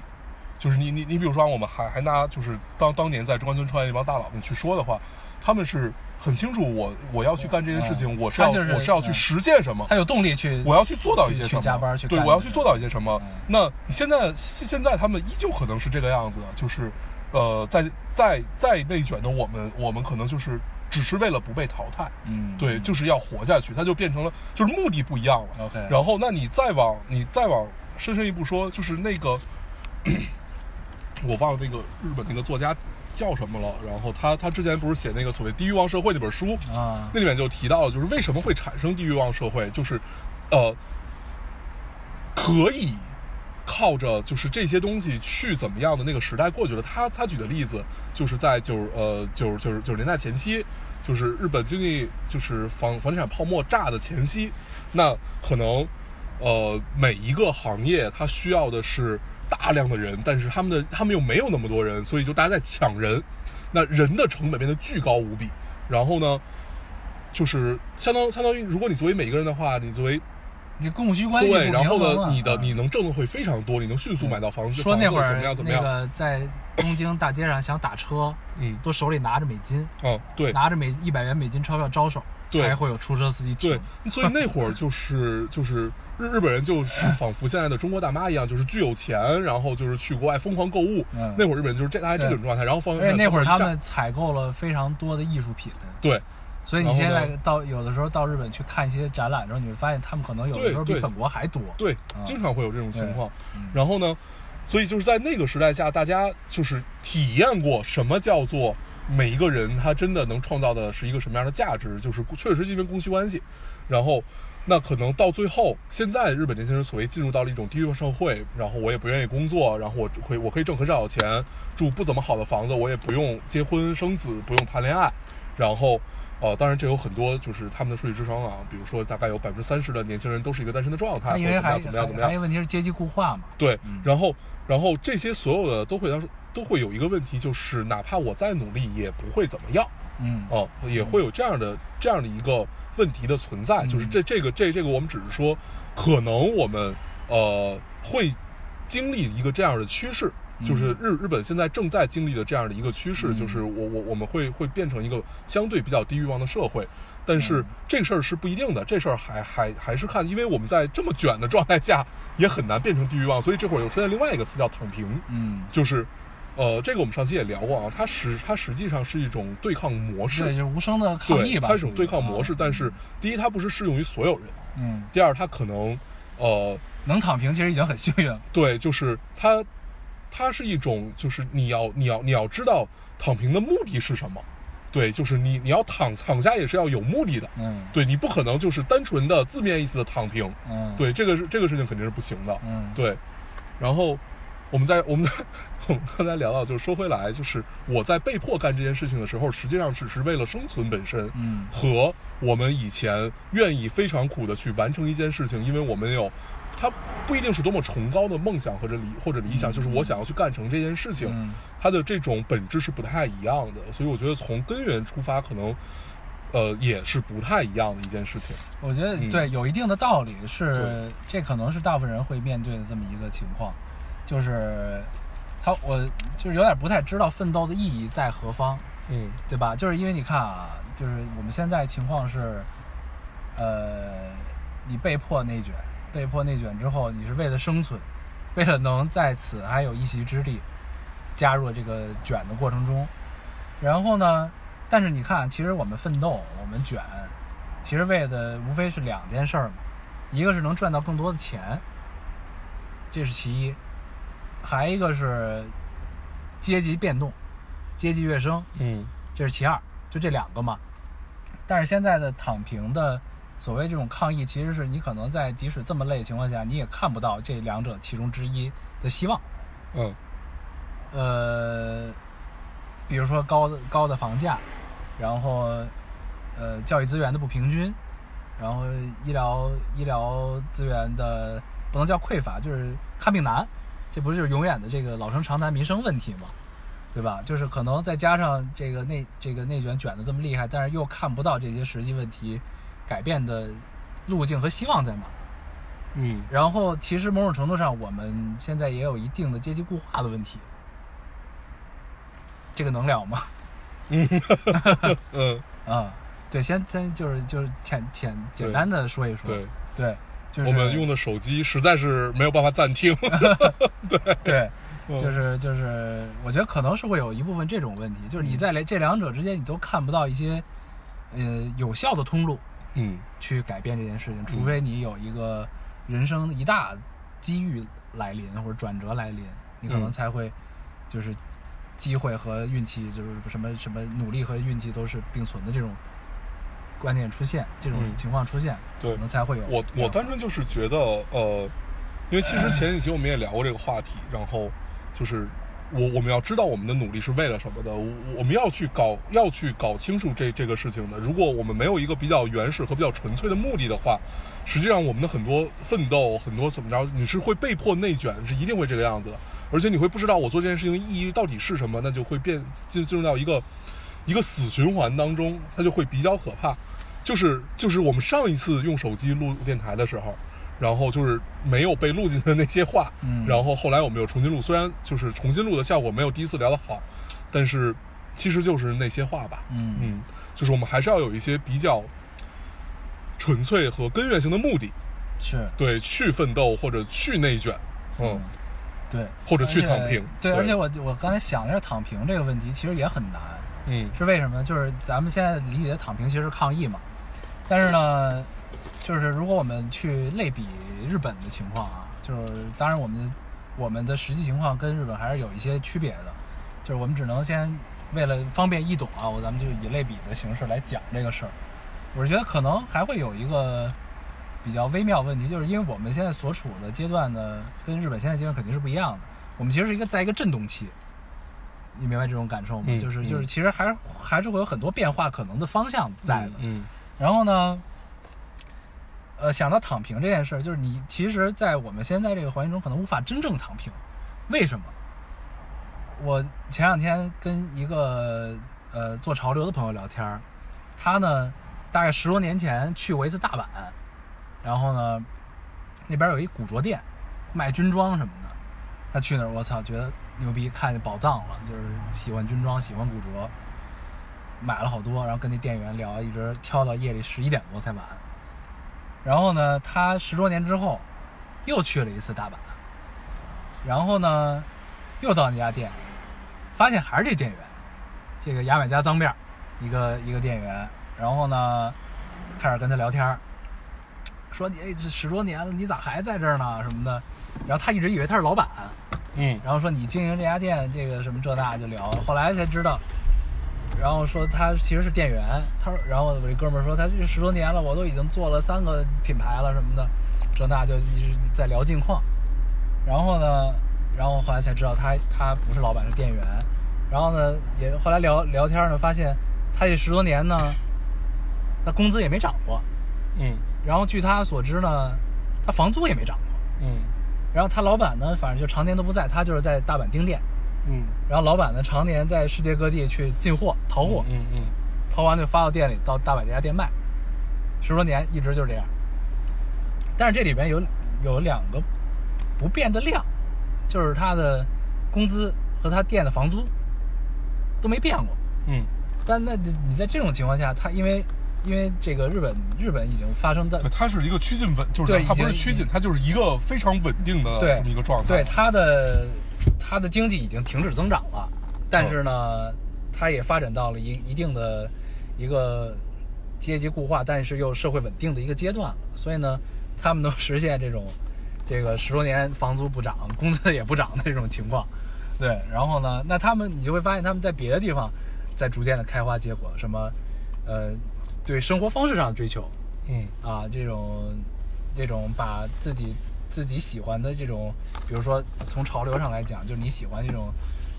B: 就是你你你，比如说我们还还拿就是当当年在中关村创业那帮大佬们去说的话，他们是很清楚我我要去干这件事情，
A: 嗯
B: 我是要
A: 他就是
B: 我是要去
A: 嗯
B: 实现什么，
A: 他有动力去，
B: 我要去做到一些
A: 去
B: 什么，
A: 去加班去
B: 对，
A: 干
B: 我要
A: 这
B: 去
A: 个
B: 做到一些什么
A: 嗯。
B: 那你现在现现在他们依旧可能是这个样子，就是，呃，在在在内卷的我们，我们可能就是只是为了不被淘汰，
A: 嗯，哦
B: 对，就是要活下去，它就变成了就是目的不一样了。
A: OK，
B: 然后，那你再往你再往深深一步说，就是那个， 我忘了那个日本那个作家叫什么了。然后他他之前不是写那个所谓《地狱王社会》那本书，
A: 啊，
B: 那里面就提到了，就是为什么会产生地狱王社会，就是，呃，可以靠着就是这些东西去怎么样的那个时代过去了。他他举的例子就是在九呃九九九十年代前期，就是日本经济就是房房地产泡沫炸的前夕，那可能呃每一个行业它需要的是大量的人，但是他们的他们又没有那么多人，所以就大家在抢人，那人的成本变得巨高无比。然后呢，就是相当相当于，如果你作为每一个人的话，你作为
A: 你供需关系不
B: 对，
A: 平
B: 然后
A: 衡啊
B: 呢，你的
A: 啊
B: 你能挣的会非常多，你能迅速买到房子，
A: 说那会
B: 房子怎
A: 儿
B: 么样怎么
A: 那
B: 样，
A: 个在东京大街上想打车，
B: 嗯
A: 都手里拿着美金，
B: 嗯，对
A: 拿着美一百元美金钞票招手，
B: 对
A: 才会有出租车司机停
B: 对。，所以那会儿就是就是日日本 人就是仿佛现在的中国大妈一样，就是巨有钱，然后就是去国外疯狂购物
A: 嗯。
B: 那会儿日本就是这大概这种
A: 对
B: 状态，然后放
A: 而且那会儿他
B: 一
A: 们
B: 炸
A: 采购了非常多的艺术品，
B: 对
A: 所以你
B: 然后
A: 现
B: 呢
A: 在到有的时候到日本去看一些展览的时候，你会发现他们可能有的
B: 对
A: 时候比
B: 对
A: 本国还多。
B: 对
A: 啊，
B: 经常会有这种情
A: 对嗯
B: 况。然后呢，所以就是在那个时代下，大家就是体验过什么叫做每一个人他真的能创造的是一个什么样的价值，就是确实是因为供需关系。然后，那可能到最后，现在日本年轻人所谓进入到了一种低域社会，然后我也不愿意工作，然后我可以我可以挣很少的钱，住不怎么好的房子，我也不用结婚生子，不用谈恋爱，然后。呃，当然，这有很多就是他们的数据支撑啊，比如说大概有百分之三十的年轻人都是一个单身的状态，
A: 他
B: 或
A: 因
B: 者
A: 为
B: 怎么
A: 还
B: 样怎么样怎么
A: 还
B: 样
A: 还。有问题是阶级固化嘛，
B: 对
A: 嗯，
B: 然后然后这些所有的都会都会有一个问题，就是哪怕我再努力，也不会怎么样
A: 嗯，
B: 哦，也会有这样的这样的一个问题的存在。就是
A: 嗯
B: 这这个这这个，我们只是说，可能我们呃会经历一个这样的趋势。就是日日本现在正在经历的这样的一个趋势，
A: 嗯
B: 就是我我我们会会变成一个相对比较低欲望的社会，但是
A: 嗯
B: 这个事儿是不一定的，这事儿还还还是看，因为我们在这么卷的状态下，也很难变成低欲望，所以这会儿又出现另外一个词叫躺平，
A: 嗯，
B: 就是，呃，这个我们上期也聊过啊，它实它实际上是一种对抗模式，
A: 对，就是无声的抗
B: 对，
A: 议吧，
B: 它是一种对抗模式，
A: 啊
B: 但是第一，它不是适用于所有人，
A: 嗯，
B: 第二，它可能，呃，
A: 能躺平其实已经很幸运了，
B: 对，就是它，它是一种，就是你要你要你要知道躺平的目的是什么，对，就是你你要躺躺下也是要有目的的，
A: 嗯，
B: 对你不可能就是单纯的字面意思的躺平，
A: 嗯，，
B: 对，这个是这个事情肯定是不行的，
A: 嗯，
B: 对。然后我们在我们在 我们刚才聊到，就是说回来，就是我在被迫干这件事情的时候，实际上只是为了生存本身，
A: 嗯
B: 和我们以前愿意非常苦的去完成一件事情，因为我们有，它不一定是多么崇高的梦想或者理或者理想，就是我想要去干成这件事情，
A: 嗯
B: 它的这种本质是不太一样的。所以我觉得从根源出发，可能呃也是不太一样的一件事情。
A: 我觉得
B: 嗯
A: 对，有一定的道理，是
B: 对
A: 这可能是大部分人会面对的这么一个情况，就是他我就是有点不太知道奋斗的意义在何方，
B: 嗯
A: 对吧？就是因为你看啊，就是我们现在情况是，呃，你被迫内卷，被迫内卷之后，你是为了生存，为了能在此还有一席之地，加入这个卷的过程中，然后呢，但是你看，啊其实我们奋斗，我们卷，其实为的无非是两件事儿嘛，一个是能赚到更多的钱，这是其一，还一个是阶级变动，阶级跃升。
B: 嗯
A: 这是其二，就这两个嘛。但是现在的躺平的所谓这种抗议，其实是你可能在即使这么累的情况下，你也看不到这两者其中之一的希望。
B: 嗯
A: 呃，比如说高的高的房价，然后呃教育资源的不平均，然后医疗医疗资源的不能叫匮乏，就是看病难，这不是就是永远的这个老生常谈民生问题吗？对吧？就是可能再加上这个内这个内卷卷的这么厉害，但是又看不到这些实际问题改变的路径和希望在哪儿。
B: 嗯
A: 然后其实某种程度上，我们现在也有一定的阶级固化的问题。这个能聊吗？
B: 嗯，
A: 啊，对，先先就是就是简简简
B: 对
A: 单的说一说，
B: 对，
A: 对就是
B: 我们用的手机实在是没有办法暂停。
A: 对，
B: 嗯
A: 就是
B: 嗯
A: 就是，我觉得可能是会有一部分这种问题，就是你在这两者之间，你都看不到一些呃有效的通路
B: 嗯
A: 去改变这件事情，除非你有一个人生一大机遇来临或者转折来临，你可能
B: 嗯
A: 才会就是机会和运气就是什么什么努力和运气都是并存的这种观念出现，这种
B: 嗯
A: 情况出现，
B: 对
A: 可能才会有
B: 我
A: 变
B: 我
A: 化
B: 单纯就是觉得，呃，因为其实前几期我们也聊过这个话题，然后就是我我们要知道我们的努力是为了什么的，我我们要去搞要去搞清楚这这个事情的。如果我们没有一个比较原始和比较纯粹的目的的话，实际上我们的很多奋斗，很多怎么着，你是会被迫内卷，是一定会这个样子的。而且你会不知道我做这件事情的意义到底是什么，那就会变进进入到一个一个死循环当中，它就会比较可怕。就是就是我们上一次用手机录电台的时候，然后就是没有被录进去的那些话，
A: 嗯
B: 然后后来我们又重新录，虽然就是重新录的效果没有第一次聊的好，但是其实就是那些话吧，
A: 嗯
B: 嗯，就是我们还是要有一些比较纯粹和根源性的目的，
A: 是
B: 对，去奋斗或者去内卷，嗯，
A: 对，
B: 或者去
A: 而且
B: 躺平
A: 对，
B: 对
A: 而且我我刚才想了一下躺平这个问题，其实也很难，
B: 嗯
A: 是为什么呢？就是咱们现在理解的躺平其实是抗议嘛，但是呢，就是如果我们去类比日本的情况啊，就是当然我们的我们的实际情况跟日本还是有一些区别的，就是我们只能先为了方便易懂啊，我咱们就以类比的形式来讲这个事儿。我觉得可能还会有一个比较微妙问题，就是因为我们现在所处的阶段呢，跟日本现在阶段肯定是不一样的。我们其实是一个在一个震动期，你明白这种感受吗？
B: 嗯
A: 就是就是，
B: 嗯
A: 其实还是还是会有很多变化可能的方向在的。
B: 嗯
A: 然后呢，呃，想到躺平这件事儿，就是你其实，在我们现在这个环境中，可能无法真正躺平。为什么？我前两天跟一个呃做潮流的朋友聊天儿，他呢大概十多年前去过一次大阪，然后呢那边有一古着店，卖军装什么的。他去那儿，我操，觉得牛逼，看见宝藏了，就是喜欢军装，喜欢古着。买了好多，然后跟那店员聊，一直挑到夜里十一点多才完。然后呢，他十多年之后又去了一次大阪，然后呢，又到那家店，发现还是这店员，这个牙买加脏辫儿，一个一个店员。然后呢，开始跟他聊天儿，说你哎这十多年了，你咋还在这儿呢？什么的。然后他一直以为他是老板，
B: 嗯
A: 然后说你经营这家店，这个什么这那就聊，后来才知道，然后说他其实是店员，他说，然后我这哥们儿说他这十多年了，我都已经做了三个品牌了什么的，这那就一直在聊近况，然后呢，然后后来才知道他他不是老板是店员，然后呢也后来聊聊天呢，发现他这十多年呢，他工资也没涨过，
B: 嗯
A: 然后据他所知呢，他房租也没涨过，
B: 嗯
A: 然后他老板呢，反正就常年都不在，他就是在大阪盯店。
B: 嗯，
A: 然后老板呢，常年在世界各地去进货、淘货，
B: 嗯嗯
A: 淘完就发到店里，到大阪这家店卖，十多年一直就是这样。但是这里边有有两个不变的量，就是他的工资和他店的房租都没变过。
B: 嗯，
A: 但那你你在这种情况下，他因为因为这个日本日本已经发生的
B: 对，呃它是一个趋近稳，就是
A: 对
B: 它不是
A: 已经
B: 趋近，它就是一个非常稳定的
A: 对
B: 这么一个状态，
A: 对它的它的经济已经停止增长了，但是
B: 哦
A: 呢，它也发展到了一一定的一个阶级固化，但是又社会稳定的一个阶段了。所以呢，他们能 实现这种这个十多年房租不涨、工资也不涨的这种情况。对，然后呢，那他们你就会发现他们在别的地方在逐渐的开花结果，什么呃，对生活方式上的追求，
B: 嗯
A: 啊，这种这种把自己自己喜欢的这种，比如说从潮流上来讲，就是你喜欢这种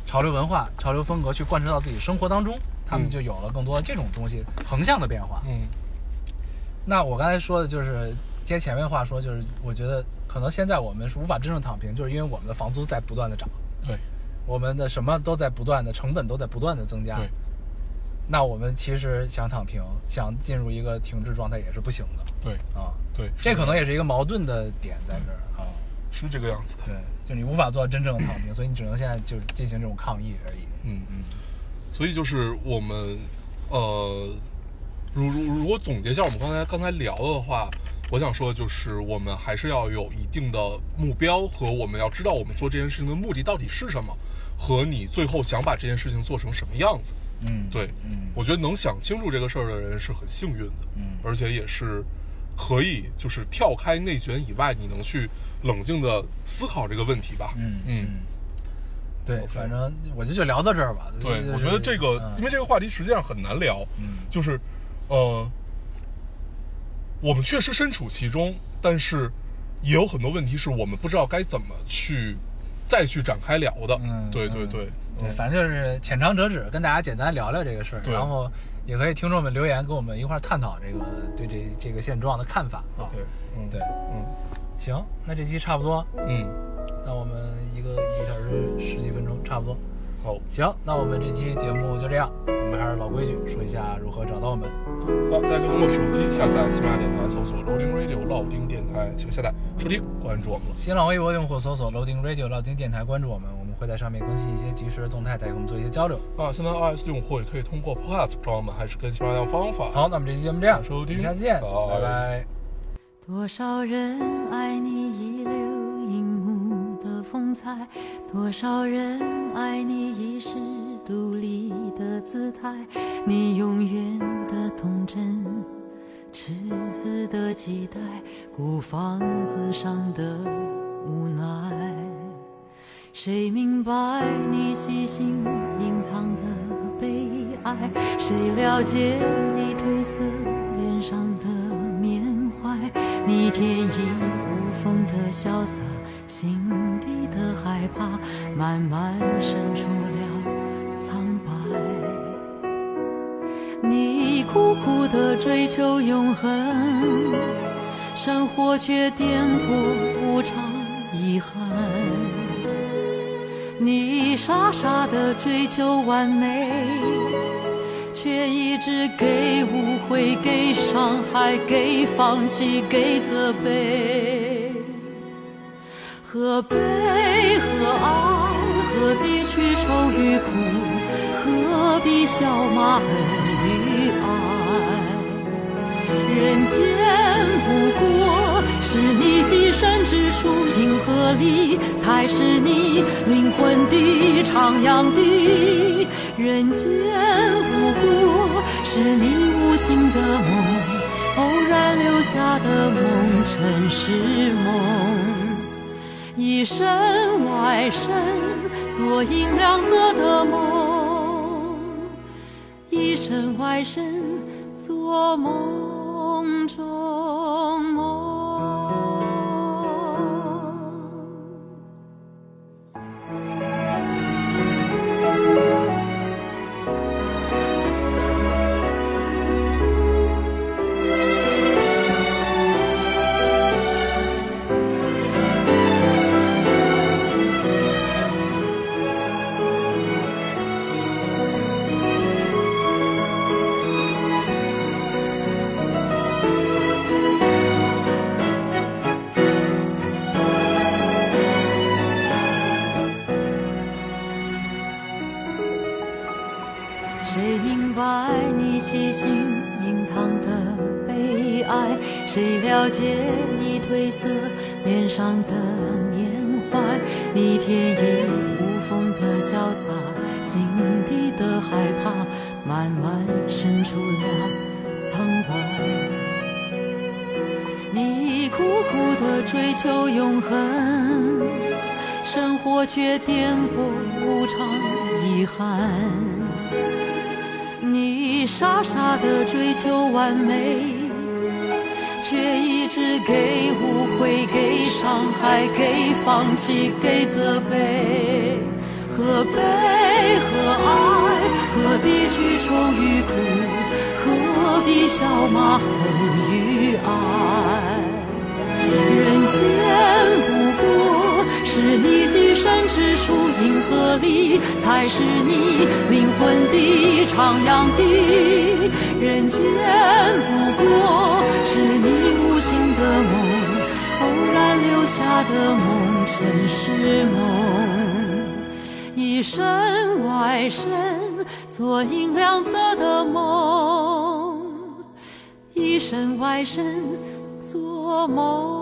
A: 潮流文化、潮流风格去贯彻到自己生活当中，他们
B: 嗯
A: 就有了更多这种东西横向的变化。
B: 嗯
A: 那我刚才说的就是接前面话说，就是我觉得可能现在我们是无法真正躺平，就是因为我们的房租在不断的涨，
B: 对
A: 我们的什么都在不断的成本都在不断的增加。
B: 对，
A: 那我们其实想躺平，想进入一个停滞状态也是不行的
B: 对
A: 啊。
B: 对，
A: 这
B: 是
A: 可能也是一个矛盾的点在这儿啊。
B: 是这个样子的。
A: 对，就你无法做到真正的躺平，所以你只能现在就是进行这种抗议而已。
B: 嗯，嗯，所以就是我们，呃，如如如果总结一下我们刚才刚才聊的话，我想说的就是我们还是要有一定的目标和我们要知道我们做这件事情的目的到底是什么，和你最后想把这件事情做成什么样子。
A: 嗯，
B: 对
A: 嗯，
B: 我觉得能想清楚这个事儿的人是很幸运的，
A: 嗯
B: 而且也是可以就是跳开内卷以外，你能去冷静的思考这个问题吧。
A: 嗯
B: 嗯，
A: 对，
B: OK
A: 反正我就就聊到这儿吧。
B: 对，
A: 就
B: 我觉得这个，因为这个话题实际上很难聊，
A: 嗯
B: 就是，呃，我们确实身处其中，但是也有很多问题是我们不知道该怎么去再去展开聊的。
A: 嗯
B: 对对
A: 嗯
B: 对，
A: 对，
B: 嗯
A: 反正就是浅尝辄止，跟大家简单聊聊这个事儿，
B: 对
A: 然后也可以听众们留言跟我们一块儿探讨这个对这这个现状的看法啊。
B: OK，嗯
A: 对，
B: 嗯
A: 行，那这期差不多，
B: 嗯，
A: 那我们一个一个小时十几分钟差不多。
B: 好，
A: 行，那我们这期节目就这样，我们还是老规矩，说一下如何找到我们。
B: 那大家可以通过手机下载喜马拉雅电台，搜索 Loading Radio 老丁电台，请下载收听，关注我们了。
A: 新浪微博用户搜索 Loading Radio 老丁电台，关注我们，我们会在上面更新一些即时的动态，再跟我们做一些交流。
B: 啊，现在 iOS 用户也可以通过 Podcast 找我们，还是跟喜马拉雅方法。
A: 好，那我们这期节目这样，
B: 请收听
A: 下次见，
B: 拜
A: 拜拜。
C: 多少人爱你一柳一幕的风采，多少人爱你一世独立的姿态，你永远的童真，赤子的期待，孤芳自赏的无奈。谁明白你细心隐藏的悲哀？谁了解你褪色脸上的缅怀？你天衣无缝的潇洒，心底的害怕，慢慢渗出了苍白。你苦苦的追求永恒，生活却颠簸无常，遗憾。你傻傻的追求完美，却一直给误会、给伤害、给放弃、给责备。何悲何爱，何必去愁与苦，何必笑骂恨与爱？人间不过是你寄身之处，银河里才是你灵魂的徜徉地。人间不过是你无心的梦，偶然留下的梦，尘世梦。以身外身，做银亮色的梦，以身外身，做梦中梦。谁明白你细心隐藏的悲哀？谁了解你褪色脸上的缅怀？你天衣无缝的潇洒，心底的害怕，慢慢渗出了苍白。你苦苦的追求永恒，生活却颠簸无常，遗憾。你傻傻的追求完美，却一直给误会、给伤害、给放弃、给责备。何悲何爱？何必去愁与苦？何必笑骂恨与爱？人间不过是你寄身之处，银河里才是你灵魂的徜徉地。人间不过是你无心的梦，偶然留下的梦，尘世梦。以身外身，做银亮色的梦。一身外身，做梦。